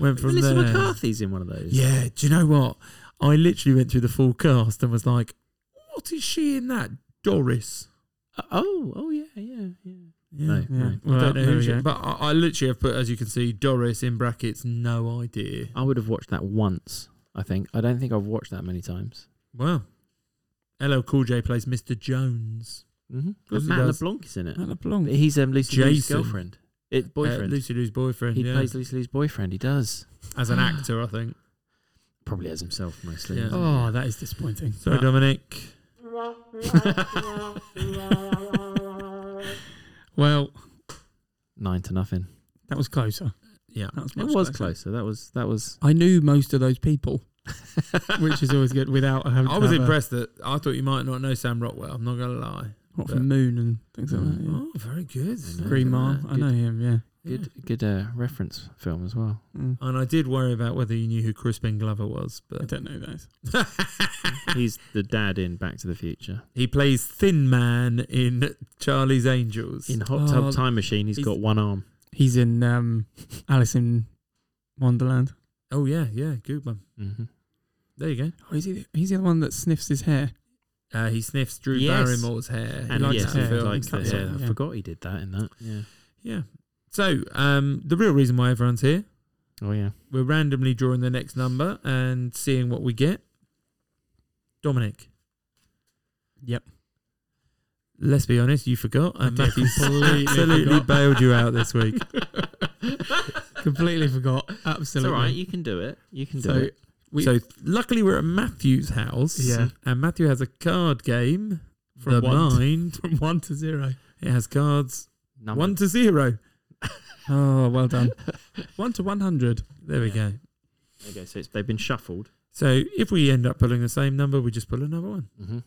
A: went from
B: Melissa
A: there.
B: McCarthy's in one of those.
A: Yeah, do you know what? I literally went through the full cast and was like, "What is she in that?" Doris.
B: Oh, oh yeah, yeah, yeah.
A: Yeah.
B: No, no.
A: I
C: Well,
A: don't know
C: there
A: who
C: we
A: she
C: go.
A: But I, I literally have put, as you can see, Doris in brackets, no idea.
B: I would have watched that once. I think. I don't think I've watched that many times.
A: Wow. LL Cool J plays Mr. Jones.
B: Mm-hmm.
A: course he
B: Matt
A: does.
B: LeBlanc is in it.
C: Matt LeBlanc.
B: He's um, Lucy Liu's
A: Jason.
B: girlfriend. It, boyfriend.
A: Uh, Lucy Lou's boyfriend.
B: he
A: yeah.
B: plays Lucy Liu's boyfriend. He does.
A: as [gasps] an actor, I think.
B: Probably as himself mostly.
A: Yeah.
C: Oh, that is disappointing.
A: Sorry,
C: That-
A: Dominic.
C: well,
B: Nine to nothing.
C: that was closer.
A: Yeah.
C: That was
B: It
C: much
B: was
C: closer.
B: closer. That was that
A: [laughs]
B: was.
C: I knew most of those people, which is always good. Without having,
A: I
C: to
A: was
C: have a-
A: impressed that I thought you might not know Sam Rockwell. I'm not going to lie.
C: What from Moon and things like that. yeah.
A: Oh, very good.
B: I know.
C: Green
B: yeah,
C: Mile. I
B: good.
C: know him. Yeah.
B: Good good uh, reference film as [laughs] well.
C: Mm.
A: And I did worry about whether you knew who Crispin Glover was,
C: I
A: but
C: don't know those.
A: [laughs]
B: He's the dad in Back to the Future.
A: he plays Thin Man in Charlie's Angels.
B: In Hot Tub
C: Oh,
B: Time Machine, he's
A: he's-
B: got one arm.
C: He's in um, Alice in Wonderland.
A: oh yeah, yeah, good one.
B: Mm-hmm.
A: There you go.
C: Oh, is he? The, he's the one that sniffs his hair. [laughs]
A: Uh, he sniffs Drew
B: Yes.
A: Barrymore's hair.
B: And
C: likes
B: yeah,
C: his
A: the
C: hair.
A: film.
B: likes
C: Cuts
B: the-
C: it,
B: yeah, I
C: yeah.
B: forgot he did that in that. Yeah.
A: Yeah. So um, the real reason why everyone's here,
B: Oh [laughs] yeah.
A: we're randomly drawing the next number and seeing what we get. Dominic.
C: Yep.
A: Let's be honest, you forgot, and
C: did [laughs]
A: Matthew
C: completely
A: absolutely
C: forgot.
A: bailed you out this [laughs] week.
C: Completely forgot.
B: It's all
C: Absolutely.
B: right. You can do it. You can do
C: So
B: it.
C: We-
A: so luckily, we're at Matthew's house.
C: Yeah.
A: and Matthew has a card game.
C: From
A: the
C: one to-
A: mind.
C: from one to zero.
A: It has cards
B: Number-
A: one to zero.
C: Oh, well done. one [laughs] to one hundred.
A: There we go.
B: There you go. So it's, they've been shuffled.
A: So if we end up pulling the same number, we just pull another one.
B: Mm-hmm.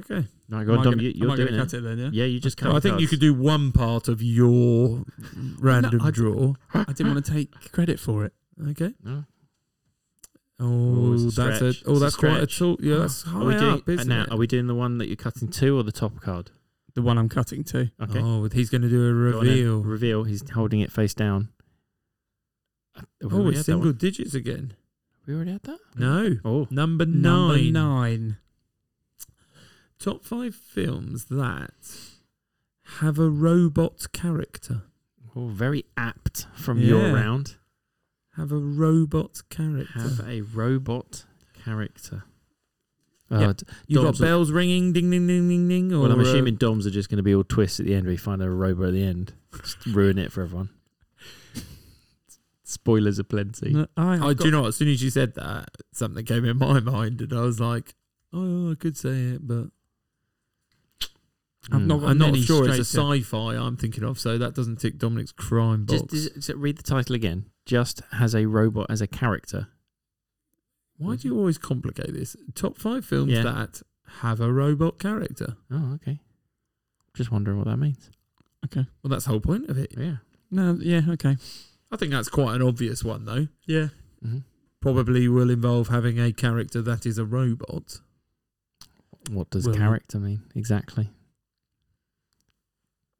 A: Okay.
B: No, go on, Dom. You,
C: am
B: you're
C: I
B: doing
C: gonna
B: it.
C: cut it then? Yeah.
B: Yeah, you just cut.
A: Well, I think you could do one part of your random
C: I-
A: draw.
C: I didn't want to take credit for it.
A: Okay.
B: No.
A: Oh,
B: it's a
A: that's a,
B: stretch.
A: oh,
B: It's a
A: that's quite a
B: stretch.
A: tall. Yeah, that's high
B: Are we doing,
A: up, isn't
B: now, Oh,
A: it?
B: are we doing the one that you're cutting to or the top card?
C: The one I'm cutting to.
B: Okay.
A: Oh, he's going to do a
B: Go on then.
A: reveal.
B: Reveal. He's holding it face down. Uh, have we
A: Oh,
B: already
A: it's
B: had that one?
A: single digits again.
B: We already had that.
A: No,
B: Oh,
A: number nine.
C: Number nine.
A: Top five films that have a robot character.
B: oh very apt from your
A: Yeah.
B: round.
A: Have a robot character.
B: Have a robot character. Oh,
A: Yep.
B: d-
A: you got
B: Dom's a-
A: bells ringing, ding, ding, ding, ding, ding. Or
B: well, I'm
A: uh,
B: assuming Doms are just going to be all twists at the end. We find a robot at the end. Just ruin it
A: [laughs]
B: for everyone. Spoilers aplenty.
C: No, I,
A: I
C: I've
A: do you know. what, As soon as you said that, something came in [laughs] my mind, and I was like, "Oh, I could say it, but
B: Hmm.
C: I've not got
A: I'm not
C: many
A: sure it's a
C: straight to-
A: sci-fi I'm thinking of." So that doesn't tick Dominic's crime box.
B: Just, just- so read the title again. Just has a robot as a character.
A: Why do you always complicate this? Top five films
B: Yeah.
A: that have a robot character.
B: Oh, okay. Just wondering what that means.
A: Well, that's the whole point of it.
B: Yeah.
C: No, yeah, okay.
A: I think that's quite an obvious one, though.
C: Yeah.
B: Mhm.
A: probably will involve having a character that is a robot.
B: What does
C: Well-
B: character mean exactly?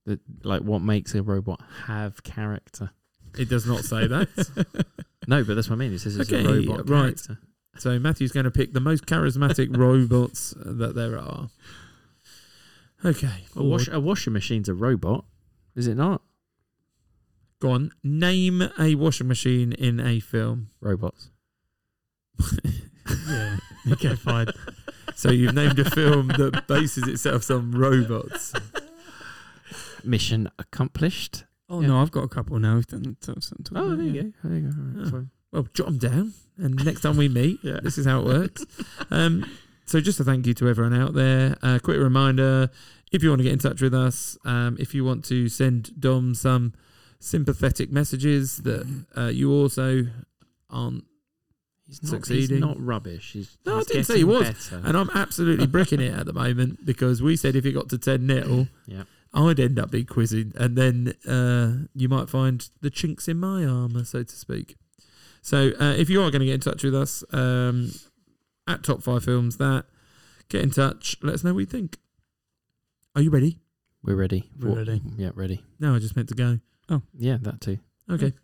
B: That like what makes a robot have character?
A: It does not say that.
C: [laughs]
B: No, but that's what I mean. It says it's
A: Okay,
B: a robot
A: right.
B: character.
A: so Matthew's going to pick the most
B: [laughs]
A: charismatic robots uh, that there are. Okay.
B: A, wash, a washing machine's a robot, is it not?
A: Go on. Name a washing machine in a film.
B: [laughs] Robots.
C: yeah. Okay, fine.
A: So you've named a film that bases itself on robots.
B: [laughs] Mission accomplished.
C: Oh
B: Yeah.
C: no, I've got a couple now. We've done. talked- talked
B: Oh,
C: about
B: there
C: it,
B: you go. There you go.
C: Ah.
B: All right,
A: Oh.
B: sorry.
A: Well, jot them down, and next time we meet,
B: Yeah.
A: this is how it works. Um, so, just a thank you to everyone out there. A quick reminder: if you want to get in touch with us, um, if you want to send Dom some sympathetic messages that uh, you also aren't,
B: He's not,
A: Succeeding.
B: He's not rubbish. He's,
A: No, I
B: he's
A: didn't say
B: getting
A: he was.
B: Better.
A: and I'm absolutely bricking it at the moment because we said if it got to ten nil,
B: Yeah.
A: I'd end up being quizzing, and then uh, you might find the chinks in my armour, so to speak. So, uh, if you are going to get in touch with us um, at Top Five Films, that get in touch. Let us know what you think. Are you ready?
B: We're ready.
C: We're
B: What-
C: ready.
B: Yeah, ready.
A: No, I just meant to go.
B: Yeah, that too.
A: Okay.